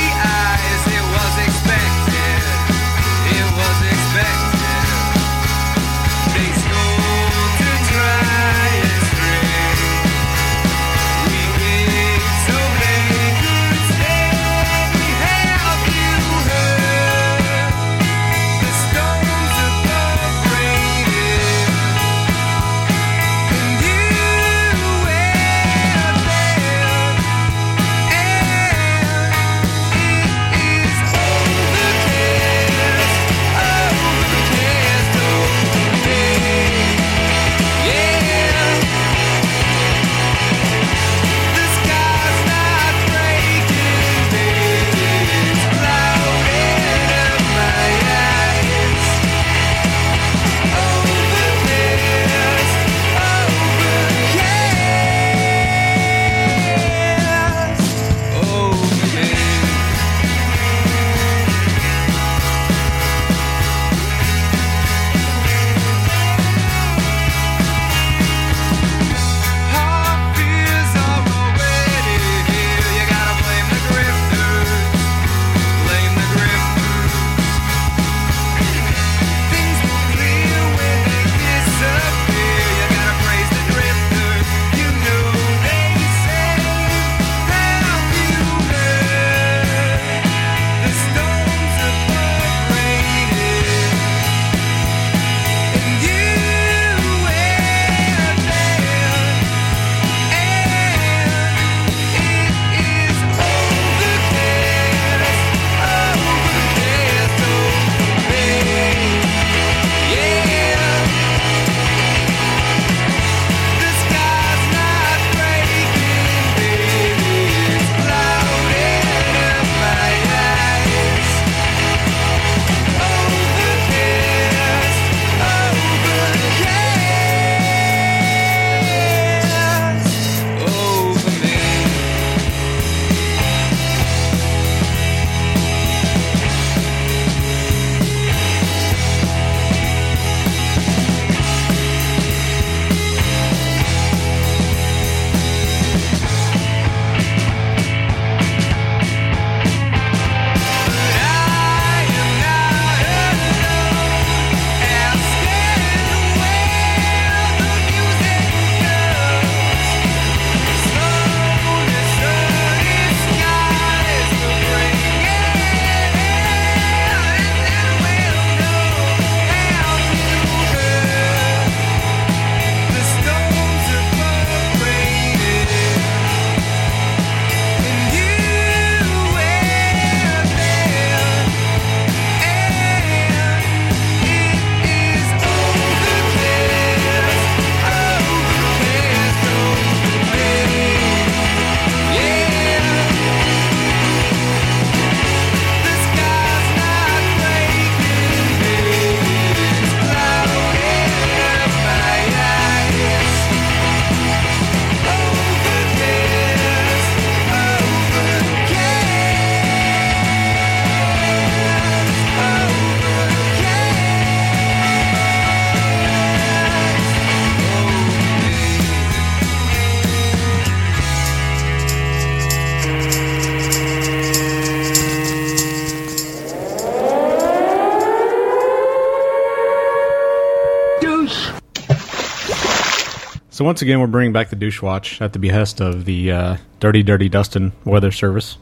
Speaker 2: So once again, we're bringing back the douche watch at the behest of the uh, Dirty Dirty Dustin Weather Service.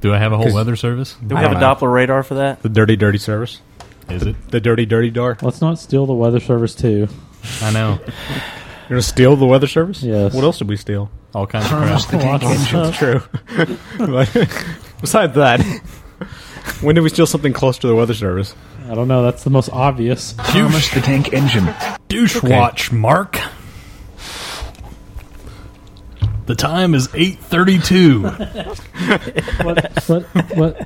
Speaker 4: Do I have a whole weather service?
Speaker 3: Do we have a Doppler radar for that?
Speaker 2: The Dirty Dirty Service.
Speaker 4: Is
Speaker 2: the, it the Dirty Dirty Dar?
Speaker 5: Let's not steal the weather service too.
Speaker 4: I know.
Speaker 2: You're gonna steal the weather service?
Speaker 5: Yes.
Speaker 2: What else did we steal? All kinds
Speaker 5: of crap. Lots of stuff.
Speaker 2: That's true. But besides that, when did we steal something close to the weather service?
Speaker 5: I don't know. That's the most obvious.
Speaker 2: Thomas the Tank Engine.
Speaker 4: Douche
Speaker 2: Okay.
Speaker 4: watch, Mark. The time is eight thirty-two.
Speaker 5: what, what, what, what, what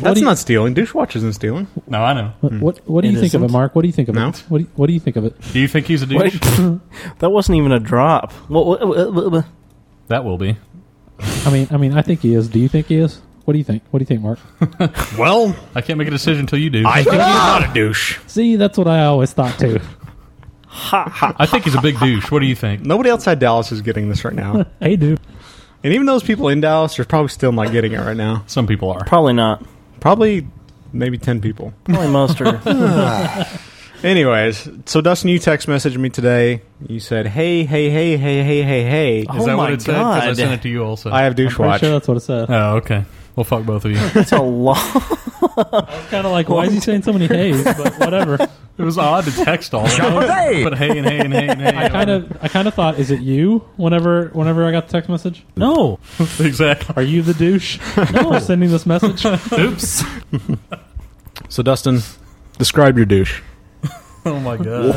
Speaker 2: That's
Speaker 5: do you,
Speaker 2: not stealing. Douche watch isn't stealing.
Speaker 4: No, I know.
Speaker 2: Hmm.
Speaker 5: What, what, what do
Speaker 4: It
Speaker 5: you think of it,
Speaker 4: isn't.
Speaker 5: Mark? What do you think of it? What do you, what do you think of it?
Speaker 4: Do you think he's a douche?
Speaker 3: that wasn't even a drop. What, what, what, what- what-
Speaker 4: That will be.
Speaker 5: I mean, I mean, I think he is. Do you think he is? What do you think? What do you think, Mark?
Speaker 4: Well, I can't make a decision until you do. Ah!
Speaker 5: I think he's not
Speaker 4: a douche.
Speaker 5: See, that's what I always thought too.
Speaker 4: I think he's a big douche. What do you think?
Speaker 2: Nobody outside Dallas is getting this right now.
Speaker 5: I do.
Speaker 2: And even those people in Dallas are probably still not getting it right now.
Speaker 4: Some people are.
Speaker 3: Probably not.
Speaker 2: Probably maybe 10 people.
Speaker 3: Probably most are.
Speaker 2: Anyways, so Dustin, you text messaged me today. You said, "Hey, hey, hey, hey, hey, hey, hey." Is
Speaker 4: Oh that what my it said? 'Cause I God. sent it to you also.
Speaker 2: I have
Speaker 4: I'm
Speaker 2: douche
Speaker 4: pretty
Speaker 2: watch.
Speaker 4: sure
Speaker 5: that's what it said.
Speaker 4: Oh, okay. Well, fuck both of you.
Speaker 3: That's a long.
Speaker 5: Kind of like, why is he saying so many hays? But whatever.
Speaker 4: It was odd to text all that. But hey and hey and hey and hey.
Speaker 5: I kind of, I kind of thought, is it you? Whenever, whenever I got the text message,
Speaker 4: no, exactly.
Speaker 5: Are you the douche? No, sending this message.
Speaker 4: Oops.
Speaker 2: So Dustin, describe your douche.
Speaker 4: Oh my god.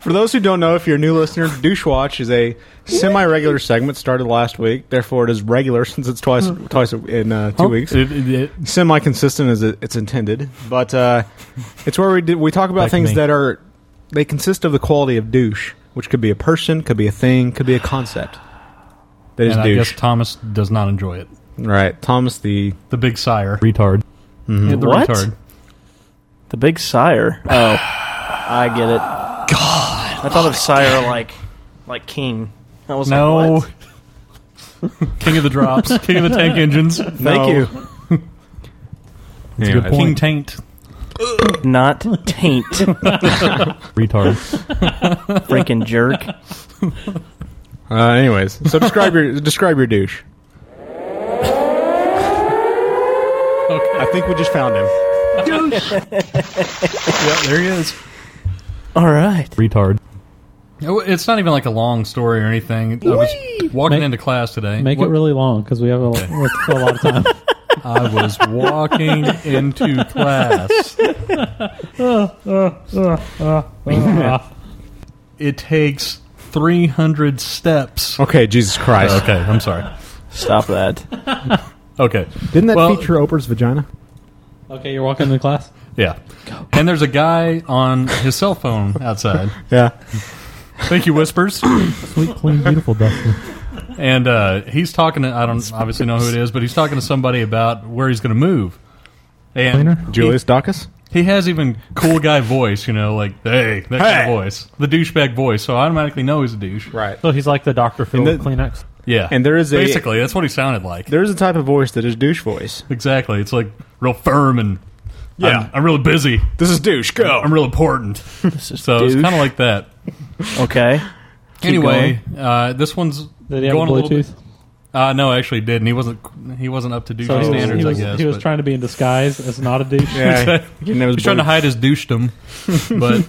Speaker 2: For those who don't know, if you're a new listener, Douche Watch is a semi-regular segment started last week. Therefore, it is regular since it's twice twice in uh, two
Speaker 4: Hmm. Huh?
Speaker 2: weeks.
Speaker 4: It- it- it-
Speaker 2: Semi-consistent as it, it's intended, but uh, it's where we do, we talk about
Speaker 4: Like
Speaker 2: things
Speaker 4: me.
Speaker 2: that are they consist of the quality of douche, which could be a person, could be a thing, could be a concept. That is
Speaker 4: and I
Speaker 2: douche.
Speaker 4: guess Thomas does not enjoy it.
Speaker 2: Right, Thomas the
Speaker 4: the big sire Mm-hmm. retard.
Speaker 2: Mhm.
Speaker 4: Yeah, the
Speaker 3: What?
Speaker 4: retard.
Speaker 3: The big sire.
Speaker 4: Uh,
Speaker 3: Oh, I get it. God, I thought of sire like, like king. I was
Speaker 4: No.
Speaker 3: Like, what?
Speaker 4: King of the drops. King of the tank engines.
Speaker 3: Thank
Speaker 4: No.
Speaker 3: you.
Speaker 4: That's a good Anyways. point. King taint.
Speaker 3: Not taint.
Speaker 4: Retard.
Speaker 3: Freaking jerk.
Speaker 2: Uh, anyways, so describe your describe your douche. I think we just found him.
Speaker 17: Douche.
Speaker 4: Yeah, there he is.
Speaker 3: All right.
Speaker 4: Retard. Oh, It's not even like a long story or anything. I was walking into class today.
Speaker 5: Make it
Speaker 4: What-
Speaker 5: really long because we have a, we're still a lot of time.
Speaker 4: I was walking into class.
Speaker 5: Uh, uh, uh, uh, uh.
Speaker 4: It takes 300 steps.
Speaker 2: Okay, Jesus Christ.
Speaker 4: Okay, I'm sorry.
Speaker 3: Stop that.
Speaker 4: Okay.
Speaker 2: Didn't that
Speaker 4: Well-
Speaker 2: feature Oprah's vagina?
Speaker 5: Okay, you're walking into class.
Speaker 4: Yeah. And there's a guy on his cell phone outside.
Speaker 2: Yeah.
Speaker 4: Thank you, Whispers.
Speaker 5: Sweet, clean, beautiful Dustin.
Speaker 4: and uh, he's talking to I don't obviously know who it is, but he's talking to somebody about where he's going to move. And he-
Speaker 2: Julius Dacus?
Speaker 4: He has even cool guy voice, you know, like hey, that kind
Speaker 2: Hey.
Speaker 4: of voice, the douchebag voice. So I automatically know he's a douche,
Speaker 2: right?
Speaker 5: So he's like the Doctor Phil
Speaker 2: And
Speaker 5: of
Speaker 2: the-
Speaker 5: Kleenex.
Speaker 4: Yeah,
Speaker 2: And there is a-
Speaker 4: basically that's what he sounded like.
Speaker 2: There is a type of voice that is douche voice.
Speaker 4: Exactly, it's like real firm and
Speaker 2: Yeah.
Speaker 4: I'm, I'm really busy.
Speaker 2: This is douche. Go.
Speaker 4: I'm real important. so it's
Speaker 3: douche.
Speaker 4: kind of like that.
Speaker 3: Okay. Keep
Speaker 4: anyway, uh, this onene's
Speaker 5: Did he have a
Speaker 4: going little
Speaker 5: Bluetooth?
Speaker 4: bit- Uh, no, actually, he didn't. He wasn't. He wasn't up to douche
Speaker 5: So he was,
Speaker 4: standards.
Speaker 5: he was,
Speaker 4: I guess
Speaker 5: he was
Speaker 4: but-
Speaker 5: trying to be in disguise as not a douche.
Speaker 4: He's trying to hide his douchedom, but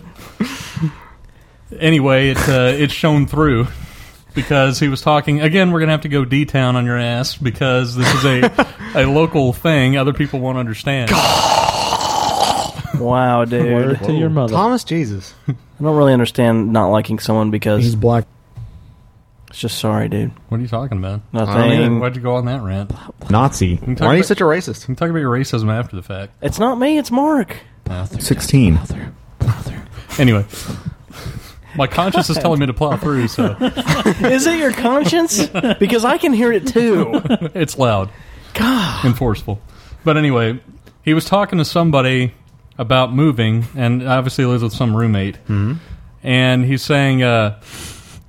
Speaker 4: anyway, it uh, it shone through because he was talking again. We're gonna have to go D town on your ass because this is a a local thing. Other people won't understand.
Speaker 3: Wow, dude.
Speaker 4: Word to your mother.
Speaker 2: Thomas Jesus.
Speaker 3: I don't really understand not liking someone because he's
Speaker 2: black.
Speaker 3: It's just sorry, dude.
Speaker 4: What are you talking about?
Speaker 3: Nothing.
Speaker 4: Why'd you go on that rant?
Speaker 2: Nazi.
Speaker 4: We can
Speaker 2: Why
Speaker 4: talk
Speaker 2: are you
Speaker 4: about-
Speaker 2: such a racist?
Speaker 4: We can talk about your racism after the fact. Ah,
Speaker 3: It's not me. It's Mark.
Speaker 2: Sixteen.
Speaker 4: Anyway, my conscience is telling me to plow through, so
Speaker 3: Is it your conscience? Because I can hear it too.
Speaker 4: it's loud. God. And forceful. But anyway, he was talking to somebody about moving, and obviously lives with
Speaker 9: Mm-hmm.
Speaker 4: some roommate. And he's saying, uh,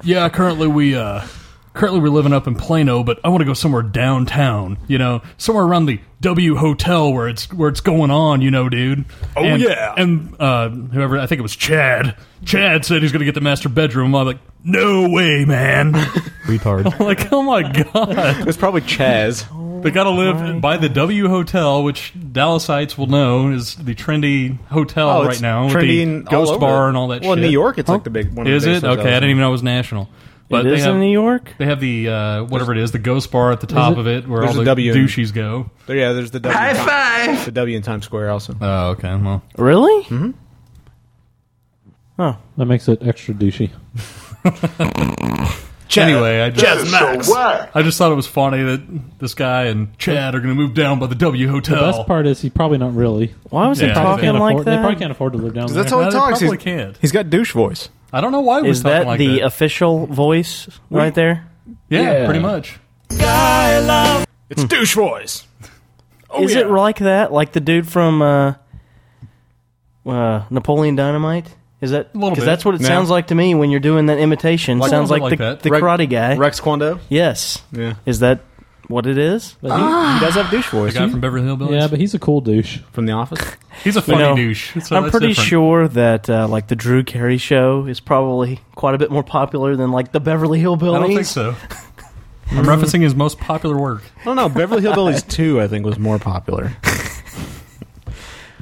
Speaker 4: yeah, currently we uh, currently we're living up in Plano, but I want to go somewhere downtown. You know, somewhere around the W Hotel where it's where it's going on. You know, dude.
Speaker 9: Oh,
Speaker 4: And-
Speaker 9: yeah.
Speaker 4: And uh, whoever I think it was Chad. Chad said he's going to get the master bedroom. I'm like, no way, man.
Speaker 2: Retard.
Speaker 4: I'm like, oh my god.
Speaker 2: It's probably Chaz.
Speaker 4: They gotta live by the W Hotel, which Dallasites will know is the trendy hotel
Speaker 2: Oh, it's
Speaker 4: right now. with
Speaker 2: trendy
Speaker 4: the
Speaker 2: and all
Speaker 4: ghost
Speaker 2: over.
Speaker 4: bar and all that
Speaker 2: Well, in
Speaker 4: shit.
Speaker 2: New York, it's like the big- one of the
Speaker 4: Is
Speaker 2: biggest
Speaker 4: it? Okay,
Speaker 2: hotels.
Speaker 4: I didn't even know it was national. But
Speaker 2: It
Speaker 4: they
Speaker 2: is
Speaker 4: have-
Speaker 2: in New York?
Speaker 4: They have the uh, whatever it is, the ghost bar at the top
Speaker 2: it?
Speaker 4: of it where
Speaker 2: There's
Speaker 4: all
Speaker 2: a
Speaker 4: the
Speaker 2: W in-
Speaker 4: douches go.
Speaker 2: There, yeah, there's the W.
Speaker 4: High
Speaker 2: in Times-
Speaker 4: five!
Speaker 2: The W in Times Square also.
Speaker 4: Oh, okay. Well,
Speaker 3: Really?
Speaker 2: Mm-hmm.
Speaker 5: That makes it extra douchey.
Speaker 4: anyway, I
Speaker 5: Chad
Speaker 4: just
Speaker 5: Max.
Speaker 4: I just thought it was funny that this guy and Chad are going to move down by the W
Speaker 5: The
Speaker 4: Hotel.
Speaker 5: best part is he probably not really.
Speaker 4: Why was he
Speaker 5: They probably
Speaker 4: talking
Speaker 5: can't
Speaker 4: like
Speaker 5: afford- They
Speaker 4: that?
Speaker 5: probably can't afford to live down there.
Speaker 4: No, they Probably can't.
Speaker 2: He's got douche voice.
Speaker 4: I don't know why he was
Speaker 3: Is that
Speaker 4: talking like
Speaker 3: the
Speaker 4: that.
Speaker 3: official voice
Speaker 4: We-
Speaker 3: right there?
Speaker 4: Yeah, Hmm. pretty much.
Speaker 3: I love.
Speaker 9: It's douche voice. Oh,
Speaker 3: Is
Speaker 9: yeah.
Speaker 3: it like that? Like the dude from uh, uh, Napoleon Dynamite? Is that
Speaker 2: Little
Speaker 3: because
Speaker 2: bit.
Speaker 3: that's what it
Speaker 2: No.
Speaker 3: sounds like to me when you're doing that imitation?
Speaker 2: Like-
Speaker 3: sounds
Speaker 2: A
Speaker 3: like,
Speaker 2: little bit
Speaker 3: the,
Speaker 2: like that.
Speaker 3: the
Speaker 2: Rex-
Speaker 3: karate guy,
Speaker 2: Rex Kwando.
Speaker 3: Yes.
Speaker 2: Yeah.
Speaker 3: Is that what it is?
Speaker 2: But he- Ah. he does have douche voice.
Speaker 4: The guy from Beverly Hillbillies.
Speaker 5: Yeah, but he's a cool douche
Speaker 2: from The Office.
Speaker 4: He's a
Speaker 3: You
Speaker 4: funny
Speaker 3: know,
Speaker 4: douche. so
Speaker 3: I'm
Speaker 4: that's
Speaker 3: pretty
Speaker 4: different.
Speaker 3: sure that uh, like the Drew Carey show is probably quite a bit more popular than like the Beverly Hillbillies.
Speaker 4: I don't think so. I'm referencing his most popular work.
Speaker 2: I don't know. Beverly Hillbillies 2, I think, was more popular.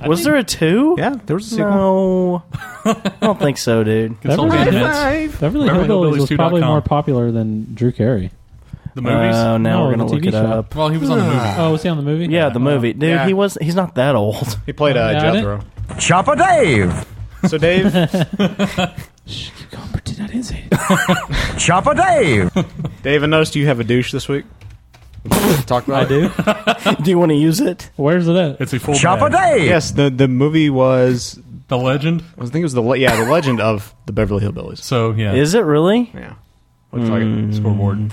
Speaker 3: Was there a two?
Speaker 2: Yeah, there was a sequel.
Speaker 3: No, I don't think so, dude.
Speaker 5: Beverly, Hillbillies- Beverly Hillbillies was probably more popular than Drew Carey.
Speaker 4: The movies?
Speaker 3: Oh, now we're
Speaker 5: No,
Speaker 3: gonna
Speaker 5: the
Speaker 3: look
Speaker 5: TV
Speaker 3: it
Speaker 5: show.
Speaker 3: up. Ah.
Speaker 4: Well, he was on the movie.
Speaker 5: Oh, was he on the movie?
Speaker 3: Yeah, the movie, dude.
Speaker 5: Yeah.
Speaker 3: He was. He's not that old.
Speaker 2: He played
Speaker 5: uh, Yeah, I Jethro.
Speaker 3: Chopper Dave.
Speaker 2: So Dave,
Speaker 5: That is it.
Speaker 2: Chopper Dave. Dave, I noticed you have a douche this week. Talk about I
Speaker 3: do. do you want to use it?
Speaker 5: Where's it at?
Speaker 4: It's a full
Speaker 2: Yes, the the movie was
Speaker 4: the legend.
Speaker 2: I think it was the le- yeah the legend of the Beverly Hillbillies.
Speaker 4: So yeah,
Speaker 3: Is it really? Hmm.
Speaker 2: Yeah. Looks like it. Scoreboard.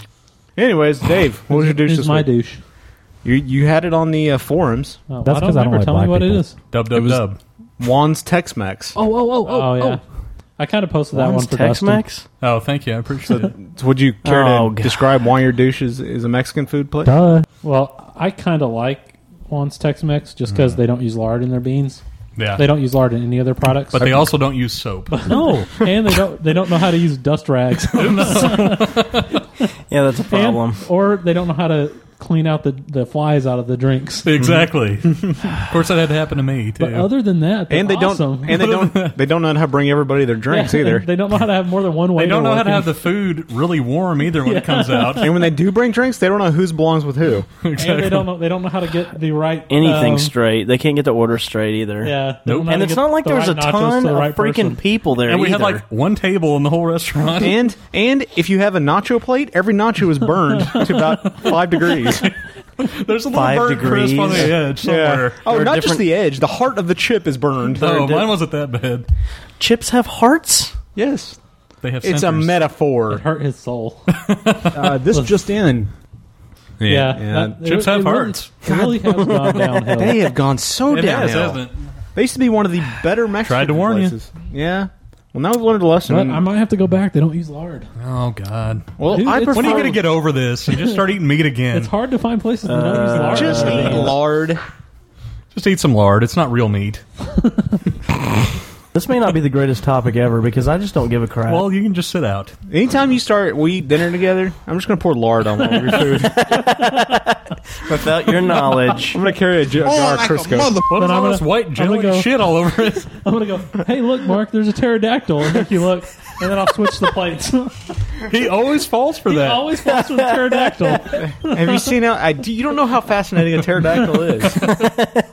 Speaker 2: Anyways, Dave, what was your douche?
Speaker 5: Who's
Speaker 2: this
Speaker 5: my
Speaker 2: week?
Speaker 5: douche?
Speaker 2: You you had it on the uh, forums.
Speaker 5: Oh, That's I don't 'cause I don't remember. like Tell me black what it people. is.
Speaker 4: Dub dub
Speaker 2: was
Speaker 4: dub.
Speaker 2: Juan's Tex Mex.
Speaker 5: Oh, oh, oh, oh, yeah. I kind of posted that
Speaker 2: One's
Speaker 5: one for Dustin.
Speaker 2: Tex-Mex?
Speaker 4: Oh, thank you. I appreciate it.
Speaker 2: So would you care
Speaker 5: Oh,
Speaker 2: to
Speaker 5: God.
Speaker 2: describe why your douche is, is a Mexican food place?
Speaker 5: Well, I kind of like Juan's Tex-Mex just because they don't use lard in their beans.
Speaker 4: Yeah.
Speaker 5: they don't use lard in any other products.
Speaker 4: But they also don't use soap.
Speaker 5: no, and they don't they don't know how to use dust rags.
Speaker 3: yeah, that's a problem.
Speaker 5: or they don't know how to clean out the, the flies out of the drinks.
Speaker 4: Exactly. of course, that had to happen to me too.
Speaker 5: But other than that,
Speaker 2: and they
Speaker 5: they're awesome.
Speaker 2: don't and they don't they don't know how to bring everybody their drinks
Speaker 5: Yeah,
Speaker 2: either.
Speaker 5: They don't know how to have more than one way.
Speaker 4: they don't know how to have the food really warm either when it comes out.
Speaker 2: and when they do bring drinks, they don't know whose belongs with who.
Speaker 5: And they don't know they don't know how to get the right
Speaker 3: Anything
Speaker 5: um,
Speaker 3: straight. They can't get the order straight either.
Speaker 5: Yeah, they
Speaker 3: Nope.
Speaker 5: don't know how
Speaker 3: And
Speaker 5: to
Speaker 3: it's
Speaker 5: get
Speaker 3: not like
Speaker 5: the
Speaker 3: there was
Speaker 5: right
Speaker 3: a
Speaker 5: nachos
Speaker 3: ton
Speaker 5: to the
Speaker 3: of
Speaker 5: right
Speaker 3: freaking
Speaker 5: person.
Speaker 3: people there.
Speaker 4: and we had
Speaker 3: either.
Speaker 4: like one table in the whole restaurant.
Speaker 2: And and if you have a nacho plate, every nacho is burned to about five degrees.
Speaker 4: There's a little
Speaker 2: Five
Speaker 4: burnt crisp on the
Speaker 2: degrees.
Speaker 4: edge
Speaker 2: Yeah.
Speaker 4: somewhere.
Speaker 2: Oh, not just the edge; the heart of the chip is burned.
Speaker 4: Oh, mine wasn't that bad.
Speaker 3: Chips have hearts.
Speaker 2: Yes,
Speaker 4: They have.
Speaker 2: it's a
Speaker 4: centers.
Speaker 2: metaphor. It
Speaker 5: hurt his soul.
Speaker 2: uh, this just in.
Speaker 4: Yeah.
Speaker 5: that- Chips it- have it really- hearts. it really has gone downhill.
Speaker 2: They have gone so
Speaker 4: It
Speaker 2: downhill.
Speaker 4: has, hasn't it?
Speaker 2: They used to be one of the better Mexican
Speaker 4: to warn you.
Speaker 2: places. Yeah. Well, now we've learned a lesson.
Speaker 5: But I might have to go back. They don't use lard.
Speaker 4: Oh God.
Speaker 2: Well, Dude, I it's- prefer-
Speaker 4: when are you going to get over this and just start eating meat again? Uh,
Speaker 5: It's hard to find places that don't use lard.
Speaker 2: just eat lard.
Speaker 4: Just eat some lard. It's not real meat.
Speaker 3: This may not be the greatest topic ever because I just don't give a crap.
Speaker 4: Well, you can just sit out.
Speaker 2: Anytime you start, we eat dinner together. I'm just going to pour lard on all of your food.
Speaker 3: Without your knowledge,
Speaker 2: I'm going to carry Oh, a,
Speaker 5: Oh,
Speaker 2: jar- jar of Crisco.
Speaker 4: What is all this white jelly shit all over it?
Speaker 5: I'm gonna go. Hey, look, Mark. There's a pterodactyl. And Nicky, look. And then I'll switch the plates.
Speaker 4: He always falls for that.
Speaker 5: Always falls with pterodactyl.
Speaker 2: Have you seen how? I, do- you don't know how fascinating a pterodactyl is.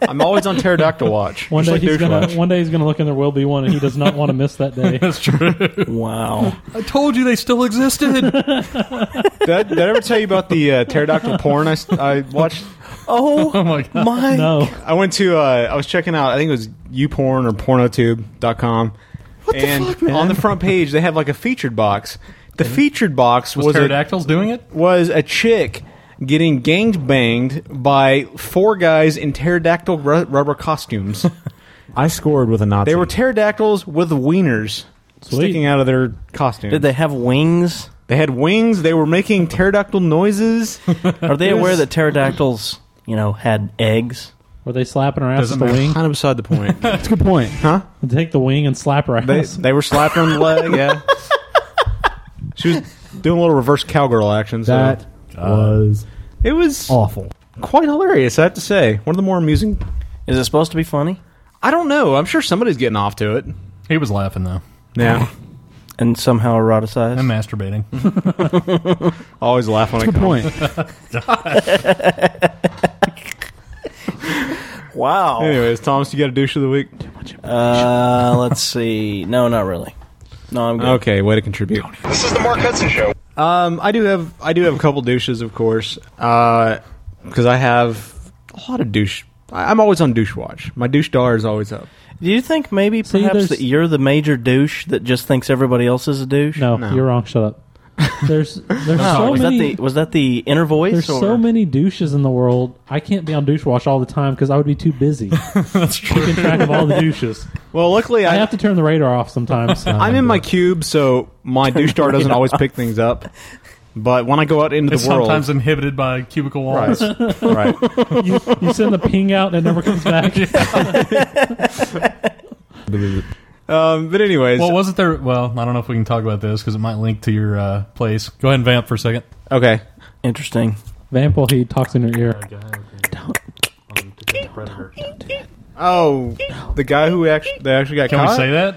Speaker 2: I'm always on pterodactyl watch.
Speaker 5: One
Speaker 2: just
Speaker 5: day
Speaker 2: like
Speaker 5: he's
Speaker 2: douche
Speaker 5: gonna.
Speaker 2: watch.
Speaker 5: One day he's gonna look, and there will be one, and he does not want to miss that day.
Speaker 4: That's true.
Speaker 3: wow.
Speaker 4: I told you they still existed.
Speaker 2: Did I, did I ever tell you about the uh, pterodactyl porn I, s- I watched?
Speaker 3: Oh,
Speaker 4: my God.
Speaker 3: my
Speaker 5: No.
Speaker 2: I went to. Uh, I was checking out. I think it was uPorn or Pornotube.com. What and
Speaker 4: fuck, man?
Speaker 2: on the front page, they have like a featured box. The featured box
Speaker 4: Was
Speaker 2: was a-
Speaker 4: pterodactyls doing it?
Speaker 2: was a chick getting gang banged by four guys in pterodactyl ru- rubber costumes.
Speaker 8: I scored with a Nazi.
Speaker 2: they were pterodactyls with wieners sticking out of their costumes.
Speaker 3: Did they have wings?
Speaker 2: They had wings. They were making pterodactyl noises.
Speaker 3: Are they aware that pterodactyls, you know, had eggs?
Speaker 5: Were they slapping her ass
Speaker 2: Doesn't
Speaker 5: with the
Speaker 2: matter.
Speaker 5: wing?
Speaker 2: Kind of beside the point.
Speaker 5: That's a good point.
Speaker 2: Huh?
Speaker 5: Take the wing and slap her ass.
Speaker 2: They, they were slapping on the leg. Yeah. she was doing a little reverse cowgirl action. So.
Speaker 5: That
Speaker 4: Uh,
Speaker 2: was it was
Speaker 5: awful.
Speaker 2: Quite hilarious, I have to say. One of the more amusing.
Speaker 3: Is it supposed to be funny?
Speaker 2: I don't know. I'm sure somebody's getting off to it.
Speaker 4: He was laughing though.
Speaker 2: Yeah.
Speaker 3: and somehow eroticized
Speaker 4: and masturbating.
Speaker 2: Always laugh when
Speaker 4: That's a
Speaker 3: wow.
Speaker 2: Anyways, Thomas, you got a douche of the week? Too much
Speaker 3: uh, let's see. No, not really. No, I'm good.
Speaker 2: Okay, way to contribute.
Speaker 23: This is the Mark Hudson Show.
Speaker 2: Um, I do have I do have a couple douches, of course, because I have a lot of douche. I, I'm always on douche watch. My douche dollar is always up.
Speaker 3: Do you think maybe
Speaker 5: See,
Speaker 3: perhaps
Speaker 5: there's-
Speaker 3: that you're the major douche that just thinks everybody else is a douche?
Speaker 5: No, you're wrong. Shut up. There's there's
Speaker 3: No,
Speaker 5: so
Speaker 3: was
Speaker 5: many.
Speaker 3: that the was that the inner voice?
Speaker 5: There's
Speaker 3: or?
Speaker 5: so many douches in the world. I can't be on douche watch all the time because I would be too busy. That's true. Keeping track of all the douches.
Speaker 2: Well, luckily
Speaker 5: I, have to turn the radar off sometimes.
Speaker 2: I'm in my cube, so my douche dollar doesn't always pick things up. But when I go out into
Speaker 4: It's
Speaker 2: the world,
Speaker 4: sometimes inhibited by cubicle walls.
Speaker 2: Right. Right.
Speaker 5: you, you send the ping out and it never comes back.
Speaker 2: Um, but anyways,
Speaker 4: well, wasn't there? Well, I don't know if we can talk about this because it might link to your uh, place. Go ahead and vamp for a second.
Speaker 2: Okay.
Speaker 3: Interesting.
Speaker 5: Vamp while he talks in your ear.
Speaker 2: oh, the guy who actually they actually got
Speaker 4: Can we
Speaker 2: caught?
Speaker 4: say that?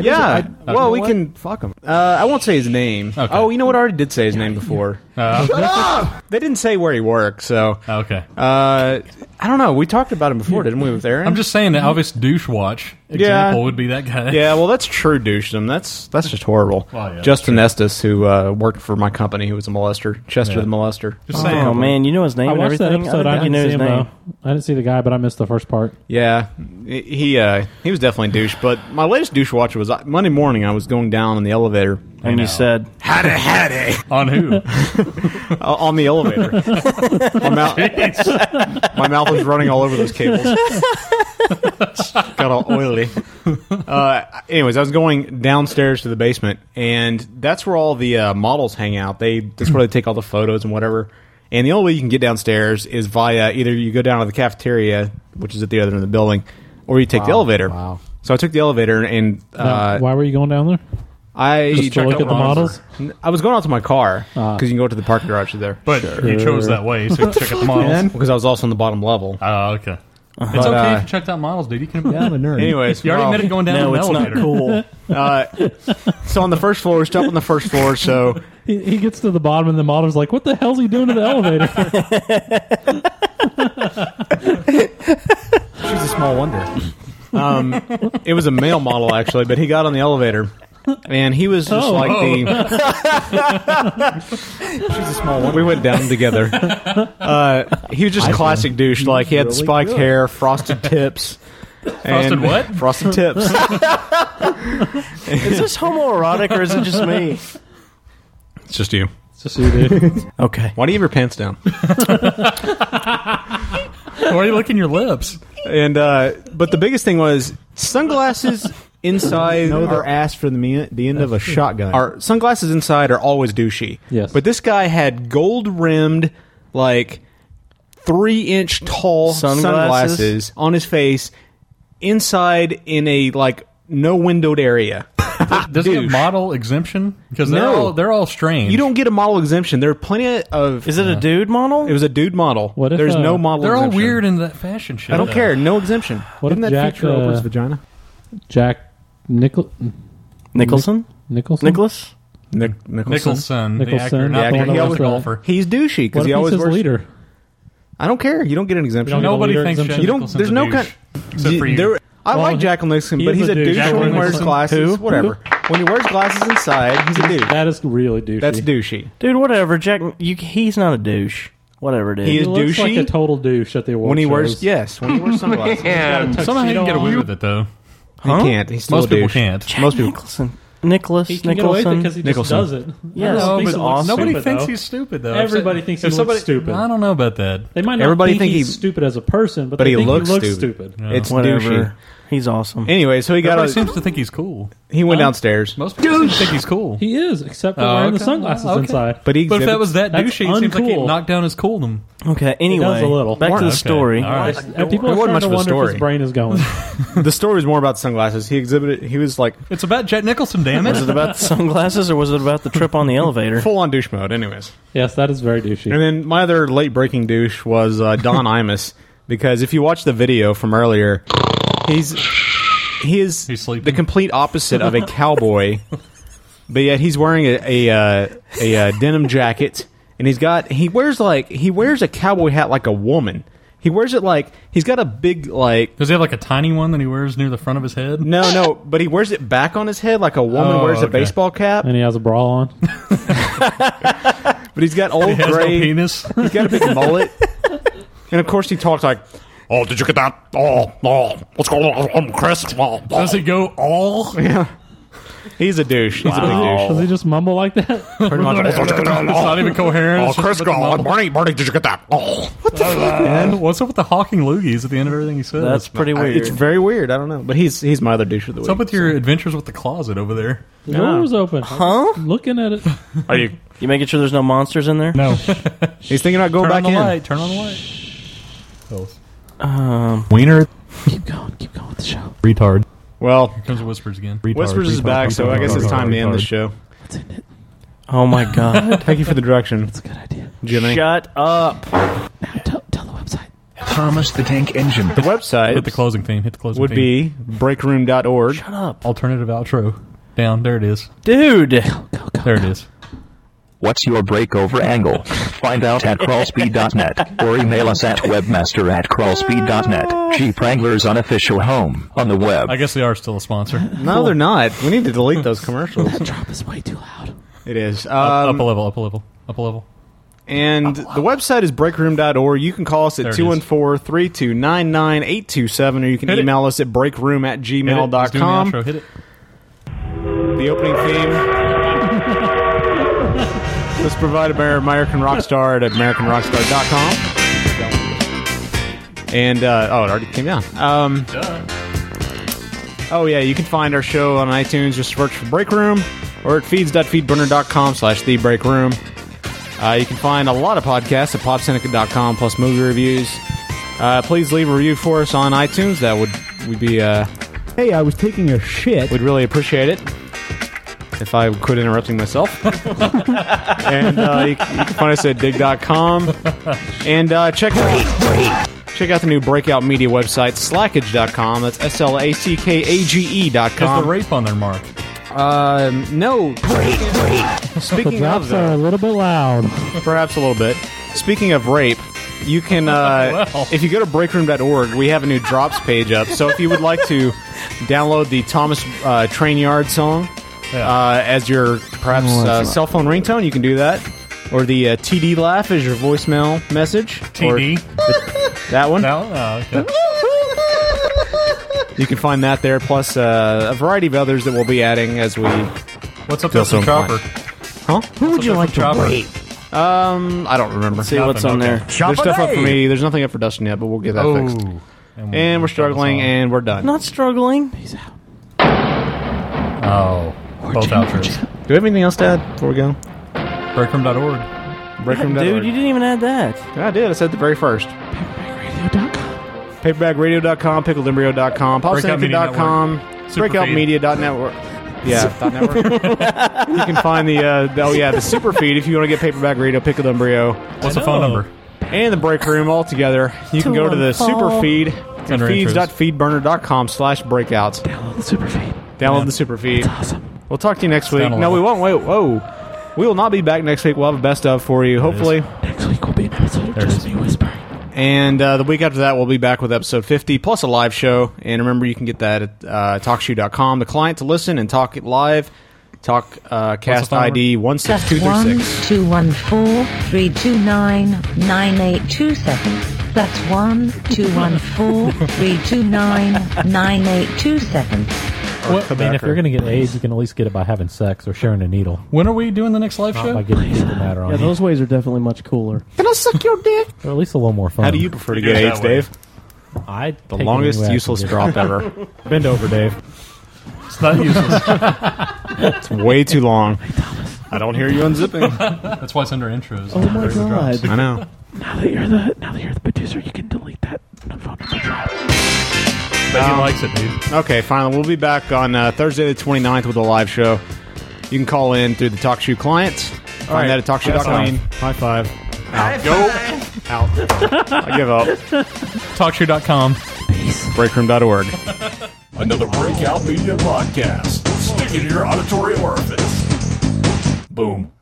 Speaker 2: yeah.
Speaker 4: I-
Speaker 2: well, we
Speaker 4: What?
Speaker 2: can fuck him. Uh, I won't say his name. Oh, you know what? I already did say his name before. Shut up! They didn't say where he worked, so
Speaker 4: Uh, okay.
Speaker 2: Uh, I don't know. We talked about him before, didn't we, with Aaron?
Speaker 4: I'm just saying the obvious douche watch example would be that guy.
Speaker 2: Yeah, well, that's true douchedom. That's that's just horrible.
Speaker 4: Well, yeah,
Speaker 2: Justin Estes, who uh, worked for my company, who was a molester, Chester
Speaker 4: Yeah.
Speaker 2: the molester.
Speaker 4: Just
Speaker 3: saying. Oh, man, you know his name
Speaker 5: I
Speaker 3: and
Speaker 5: watched that
Speaker 3: everything? I
Speaker 5: episode. I,
Speaker 3: didn't
Speaker 5: didn't
Speaker 3: think you knew
Speaker 5: see
Speaker 3: his
Speaker 5: him
Speaker 3: name.
Speaker 5: though. I didn't see the guy, but I missed the first part.
Speaker 2: Yeah, he uh, he was definitely a douche. But my latest douche watch was uh, Monday morning. I was going down in the elevator,
Speaker 3: and you said,
Speaker 2: "Howdy, howdy."
Speaker 4: On who?
Speaker 2: on the elevator. my, mouth, my mouth was running all over those cables. Got all oily. Uh, anyways, I was going downstairs to the basement, and that's where all the uh, models hang out. They that's where they take all the photos and whatever. And the only way you can get downstairs is via either you go down to the cafeteria, which is at the other end of the building, or you take the
Speaker 5: Wow,
Speaker 2: elevator. Wow. So I took the elevator, and uh,
Speaker 5: Now, why were you going down there?
Speaker 2: I
Speaker 5: Just to look at the models. Ah.
Speaker 2: I was going out to my car because you can go to the parking garage there.
Speaker 4: But you chose that way, so check out the models.
Speaker 2: because I was also on the bottom level.
Speaker 4: Oh, okay. It's
Speaker 2: But,
Speaker 4: okay
Speaker 2: uh,
Speaker 4: if you checked out models, dude. You can.
Speaker 2: Yeah, I'm a nerd. Anyways,
Speaker 4: you already
Speaker 2: well-
Speaker 4: admitted going down
Speaker 2: No,
Speaker 4: an
Speaker 2: it's not
Speaker 4: elevator.
Speaker 2: cool. uh, so on the first floor, we're still up on the first floor. So
Speaker 5: He, he gets to the bottom, and the model's like, "What the hell's he doing to the elevator?"
Speaker 2: she's a small wonder. Um, it was a male model actually, but he got on the elevator, and he was just
Speaker 5: Oh.
Speaker 2: like the. We went down together. Uh, he was just a classic douche. Like he had
Speaker 4: really
Speaker 2: spiked
Speaker 4: good.
Speaker 2: hair, frosted tips.
Speaker 4: Frosted
Speaker 2: and-
Speaker 4: what?
Speaker 2: Frosted tips.
Speaker 3: "Is this homoerotic or is it just me?"
Speaker 2: It's just you. It's
Speaker 5: just you, dude.
Speaker 3: okay.
Speaker 2: Why do you have your pants down?
Speaker 4: Why are you licking your lips?
Speaker 2: And uh, but the biggest thing was sunglasses inside
Speaker 8: No, they're
Speaker 2: are,
Speaker 8: asked for the, me- the end of a shotgun.
Speaker 2: are sunglasses inside are always douchey.
Speaker 8: Yes.
Speaker 2: But this guy had gold rimmed like three inch tall
Speaker 8: Sunglasses?
Speaker 2: sunglasses. on his face inside in a like no windowed area.
Speaker 4: Does it have model exemption? Because they're
Speaker 2: No.
Speaker 4: all they're all strange.
Speaker 2: You don't get a model exemption. There are plenty of. Is
Speaker 3: it a dude model?
Speaker 2: It was a dude model. What
Speaker 4: if,
Speaker 2: There's
Speaker 4: uh,
Speaker 2: no model.
Speaker 4: They're all
Speaker 2: exemption.
Speaker 4: weird in that fashion shit.
Speaker 2: I don't
Speaker 4: though.
Speaker 2: care. No exemption.
Speaker 5: What if
Speaker 2: Didn't that
Speaker 5: Jack,
Speaker 2: feature Oprah's
Speaker 5: uh,
Speaker 2: vagina?
Speaker 5: Jack Nickel
Speaker 3: Nicholson?
Speaker 5: Nicholson
Speaker 3: Nicholas
Speaker 2: Nick
Speaker 4: Nicholson, the
Speaker 5: Nicholson,
Speaker 4: actor, not
Speaker 5: yeah,
Speaker 4: the one
Speaker 5: he
Speaker 4: that
Speaker 5: always-
Speaker 4: was a golfer.
Speaker 2: He's douchey
Speaker 5: What
Speaker 2: because
Speaker 5: if
Speaker 2: he
Speaker 5: he's
Speaker 2: always
Speaker 5: his
Speaker 2: wears
Speaker 5: leader.
Speaker 2: I don't care. You don't get an
Speaker 4: don't
Speaker 2: exemption.
Speaker 4: get a Nobody leader thinks exemption. Jack
Speaker 2: you don't.
Speaker 4: Nicholson's
Speaker 2: There's
Speaker 4: a
Speaker 2: no
Speaker 4: douche,
Speaker 2: kind.
Speaker 4: except for you.
Speaker 2: there- I
Speaker 4: Well,
Speaker 2: like Jack Nicholson,
Speaker 4: he
Speaker 2: but
Speaker 4: is
Speaker 2: he's
Speaker 4: a
Speaker 2: a
Speaker 4: douche.
Speaker 2: douche
Speaker 4: Jack
Speaker 2: when he wears
Speaker 4: Nicholson.
Speaker 2: glasses.
Speaker 4: Who?
Speaker 2: Whatever. When he wears glasses inside, he's a douche.
Speaker 5: That is really douchey.
Speaker 2: That's douchey.
Speaker 3: dude. Whatever, Jack. You, he's not a douche. Whatever it is,
Speaker 2: He is
Speaker 5: looks like
Speaker 2: douchey
Speaker 5: a total douche at the award
Speaker 2: when he wears.
Speaker 5: shows.
Speaker 2: Yes, when he wears sunglasses.
Speaker 5: Man.
Speaker 2: He's got a
Speaker 4: Somehow you can
Speaker 2: tuxedo
Speaker 4: get away
Speaker 2: on.
Speaker 4: with it though.
Speaker 2: He
Speaker 3: Huh?
Speaker 2: can't. He's still
Speaker 4: Most
Speaker 2: a
Speaker 4: people
Speaker 2: douche.
Speaker 4: can't.
Speaker 3: Jack
Speaker 2: Most people.
Speaker 3: Nicholson. Nicholas
Speaker 5: He can get away with it
Speaker 3: Nicholson.
Speaker 5: 'cause he just Nicholson. does
Speaker 3: Yeah,
Speaker 5: it. Everyone thinks
Speaker 3: he's
Speaker 5: he looks
Speaker 3: awesome.
Speaker 5: Nobody
Speaker 4: Nobody thinks
Speaker 5: though.
Speaker 4: he's stupid though.
Speaker 5: Everybody
Speaker 4: If
Speaker 5: thinks
Speaker 4: if
Speaker 5: he
Speaker 4: somebody-
Speaker 5: looks stupid.
Speaker 4: I don't know about that.
Speaker 5: They might not
Speaker 2: Everybody
Speaker 5: think
Speaker 2: think
Speaker 5: he's
Speaker 2: he-
Speaker 5: stupid as a person, but,
Speaker 2: but
Speaker 5: they
Speaker 2: he
Speaker 5: think
Speaker 2: looks
Speaker 5: he looks
Speaker 2: stupid.
Speaker 5: stupid.
Speaker 2: It's
Speaker 3: Whatever.
Speaker 2: douchey.
Speaker 3: He's awesome.
Speaker 2: Anyway, so he got.
Speaker 4: Everybody
Speaker 2: a-
Speaker 4: seems to think he's cool.
Speaker 2: He went
Speaker 4: Huh?
Speaker 2: downstairs.
Speaker 4: Most people seem to think he's cool.
Speaker 5: He is, except for
Speaker 4: Oh,
Speaker 5: wearing the
Speaker 4: okay.
Speaker 5: sunglasses
Speaker 4: Okay.
Speaker 5: inside.
Speaker 4: But, he but if that was that
Speaker 5: That's
Speaker 4: douchey, it seems like he
Speaker 5: uncool.
Speaker 4: knocked down his coolness.
Speaker 3: Okay. Anyway,
Speaker 5: does a little.
Speaker 3: back to the
Speaker 5: Okay,
Speaker 3: story.
Speaker 5: all right.
Speaker 2: It
Speaker 5: People are
Speaker 2: wasn't
Speaker 5: starting
Speaker 2: much
Speaker 5: to
Speaker 2: of a
Speaker 5: wonder if
Speaker 2: story.
Speaker 5: his brain is going.
Speaker 2: the story was more about sunglasses. He exhibited. He was like,
Speaker 4: "It's about Jack Nicholson, damn
Speaker 3: Was it about sunglasses or was it about the trip on the elevator?
Speaker 2: Full on douche mode, anyways.
Speaker 5: Yes, that is very douchey.
Speaker 2: And then my other late breaking douche was uh, Don Imus because if you watch the video from earlier, he's he is the complete opposite of a cowboy, but yet he's wearing a a, uh, a uh, denim jacket and he's got he wears like he wears a cowboy hat like a woman. He wears it like he's got a big like.
Speaker 4: Does he have like a tiny one that he wears near the front of his head?
Speaker 2: No, no, but he wears it back on his head like a woman
Speaker 4: Oh,
Speaker 2: wears a
Speaker 4: okay.
Speaker 2: baseball cap.
Speaker 5: And he has a bra on.
Speaker 2: But he's got old
Speaker 4: He has no
Speaker 2: gray
Speaker 4: penis.
Speaker 2: He's got a big mullet. And of course, he talks like, "Oh, did you get that? Oh, oh, what's going on, I'm Chris?" Oh, oh."
Speaker 4: Does it go "Oh?" all?
Speaker 2: Yeah. He's a douche. He's
Speaker 5: Does
Speaker 2: a big douche.
Speaker 5: he just mumble like that?
Speaker 2: Pretty
Speaker 3: Oh,
Speaker 2: much.
Speaker 4: it's not even
Speaker 2: Oh,
Speaker 4: coherent. it's just a bunch of mumble.
Speaker 2: Barney, Barney, did you get that? Oh, what the fuck,
Speaker 4: Man, what's up with the hawking loogies at the end of everything he said?
Speaker 3: That's pretty weird.
Speaker 2: It's very weird. I don't know, but he's he's my other douche of the
Speaker 4: What's up
Speaker 2: week.
Speaker 4: with your adventures with the closet over there?
Speaker 5: The door was open. Huh? Looking at it.
Speaker 2: Are you?
Speaker 3: You making sure there's no monsters in there?
Speaker 4: No.
Speaker 2: He's thinking about going
Speaker 4: Turn
Speaker 2: back
Speaker 4: on the
Speaker 2: in.
Speaker 4: light. Turn on the light.
Speaker 3: Um,
Speaker 4: Wiener
Speaker 5: Keep going. Keep going with the show.
Speaker 4: retard.
Speaker 2: Well,
Speaker 4: here comes Whispers again.
Speaker 2: Whispers is back, so I guess it's time to end the show.
Speaker 3: Oh my god!
Speaker 2: Thank you for the direction. That's a good idea, Jimmy.
Speaker 3: Shut up.
Speaker 19: Thomas the Tank Engine.
Speaker 2: The website
Speaker 4: Hit the closing theme. Hit the closing
Speaker 2: would
Speaker 4: theme.
Speaker 2: be breakroom.org. Shut
Speaker 3: up.
Speaker 4: alternative outro. Down there it is.
Speaker 3: Dude.
Speaker 4: There it is.
Speaker 10: What's your breakover angle? Find out at crawlspeed.net or email us at webmaster at crawlspeed.net. Jeep Wrangler's unofficial home on the web.
Speaker 4: I guess they are still a sponsor.
Speaker 2: No, they're not. We need to delete those commercials. that drop
Speaker 5: is way too loud.
Speaker 2: It is. Um,
Speaker 4: Up, up a level. Up a level. Up a level.
Speaker 2: And the website is breakroom.org. You can call us
Speaker 4: There it
Speaker 2: at
Speaker 4: is.
Speaker 2: 214 329 9827, or you can
Speaker 4: Hit it.
Speaker 2: email us at breakroom at
Speaker 4: Hit it. Let's do an
Speaker 2: gmail.com.
Speaker 4: outro. Hit it.
Speaker 2: The opening theme was provided by American Rockstar at AmericanRockstar.com. And, uh, oh, it already came down. Um, oh, yeah, you can find our show on iTunes. Just search for Break Room or at feeds.feedburner.com slash The Break Room. Uh, you can find a lot of podcasts at popsyndicate.com plus movie reviews. Uh, please leave a review for us on iTunes. That would would be uh,
Speaker 8: Hey, I was taking a shit.
Speaker 2: We'd really appreciate it if I quit interrupting myself. and uh, you, can you can find us at dig.com. And uh, check out, check out the new Breakout Media website, slackage.com. That's S L A C K A
Speaker 4: Is
Speaker 2: G E.com.
Speaker 4: the rape on there, Mark?
Speaker 2: Um, no.
Speaker 5: the
Speaker 2: Speaking of
Speaker 5: drops
Speaker 2: that,
Speaker 5: are a little bit loud.
Speaker 2: perhaps a little bit. Speaking of rape, you can uh, if you go to breakroom.org, we have a new drops page up. So if you would like to download the Thomas uh, Train Yard song uh, as your perhaps
Speaker 4: Oh,
Speaker 2: uh,
Speaker 4: that's
Speaker 2: cell phone ringtone, you can do that. Or the uh, TD laugh is your voicemail message.
Speaker 4: TD?
Speaker 2: Or that one.
Speaker 4: Oh,
Speaker 2: You can find that there, plus uh, a variety of others that we'll be adding as we.
Speaker 4: What's up there
Speaker 2: feel so
Speaker 4: from Chopper?
Speaker 2: inclined. Huh? Who
Speaker 4: would you like to Chopper? rape?
Speaker 2: Um, I don't remember.
Speaker 4: Let's see what's Nothing, on okay. there.
Speaker 2: There's stuff up for
Speaker 4: Chopper-day!
Speaker 2: me. There's nothing up for Dustin yet, but we'll get that
Speaker 4: Oh.
Speaker 2: fixed. And, we're struggling,
Speaker 4: uh,
Speaker 2: and we're done.
Speaker 3: Not struggling.
Speaker 4: Oh, both outros.
Speaker 2: Do we have anything else to add before we go?
Speaker 4: Breakroom.org.
Speaker 2: Breakroom.org.
Speaker 3: Dude, you didn't even add that.
Speaker 2: I did. I said the very first. Paperbackradio.com, pickledembryo.com, popsyndicate.com,
Speaker 4: Network. Superfeed.
Speaker 2: breakoutmedia.network. Yeah, dot network. you can find the uh, oh yeah the super feed if you want to get paperback radio pickle embryo
Speaker 4: What's the phone number?
Speaker 2: and the break room all together you can go to
Speaker 4: 214.
Speaker 2: the super feed
Speaker 4: It's under intros.
Speaker 2: feeds.feedburner.com slash breakouts download the super feed download the super feed awesome we'll talk to you next week
Speaker 4: down a
Speaker 2: no
Speaker 4: level.
Speaker 2: we won't wait whoa we will not be back next week we'll have a best of for you hopefully
Speaker 5: Next week will be an episode of Just Me Whispering.
Speaker 2: and uh, the week after that, we'll be back with episode 50 plus a live show. And remember, you can get that at uh, talkshoe.com. The client to listen and talk it live. Talk uh, cast
Speaker 12: phone
Speaker 2: ID
Speaker 12: That's one
Speaker 2: 16236.
Speaker 12: two one four three two nine nine eight two seven. That's one two one four three two nine nine eight two seven.
Speaker 5: I mean, if you're going to get AIDS, you can at least get it by having sex or sharing a needle.
Speaker 4: When are we doing the next live
Speaker 5: Not
Speaker 4: show?
Speaker 5: by getting fecal matter on
Speaker 3: Yeah,
Speaker 5: you.
Speaker 3: those ways are definitely much cooler.
Speaker 2: Can I suck your dick?
Speaker 5: Or at least a little more fun.
Speaker 2: How do you prefer to
Speaker 4: You do
Speaker 2: get
Speaker 4: it
Speaker 2: AIDS,
Speaker 4: that way.
Speaker 2: Dave?
Speaker 5: I
Speaker 2: The longest useless drop ever.
Speaker 5: Bend over, Dave.
Speaker 4: It's not useless.
Speaker 2: it's way too long. I don't hear you unzipping.
Speaker 4: That's why it's under intros.
Speaker 5: Oh my God.
Speaker 2: I know.
Speaker 5: Now that you're the now that you're the producer, you can delete that phone number drop.
Speaker 4: But he likes it, dude.
Speaker 2: Um, Okay, finally, we'll be back on uh, Thursday the 29th with a live show. You can call in through the TalkShoe client. Find
Speaker 5: All right.
Speaker 2: that at TalkShoe.com.
Speaker 5: High five.
Speaker 2: Out. Go. Out. I give up.
Speaker 4: TalkShoe.com.
Speaker 2: Breakroom.org.
Speaker 19: Another Breakout Media podcast. Stick it in your auditory orifice. Boom.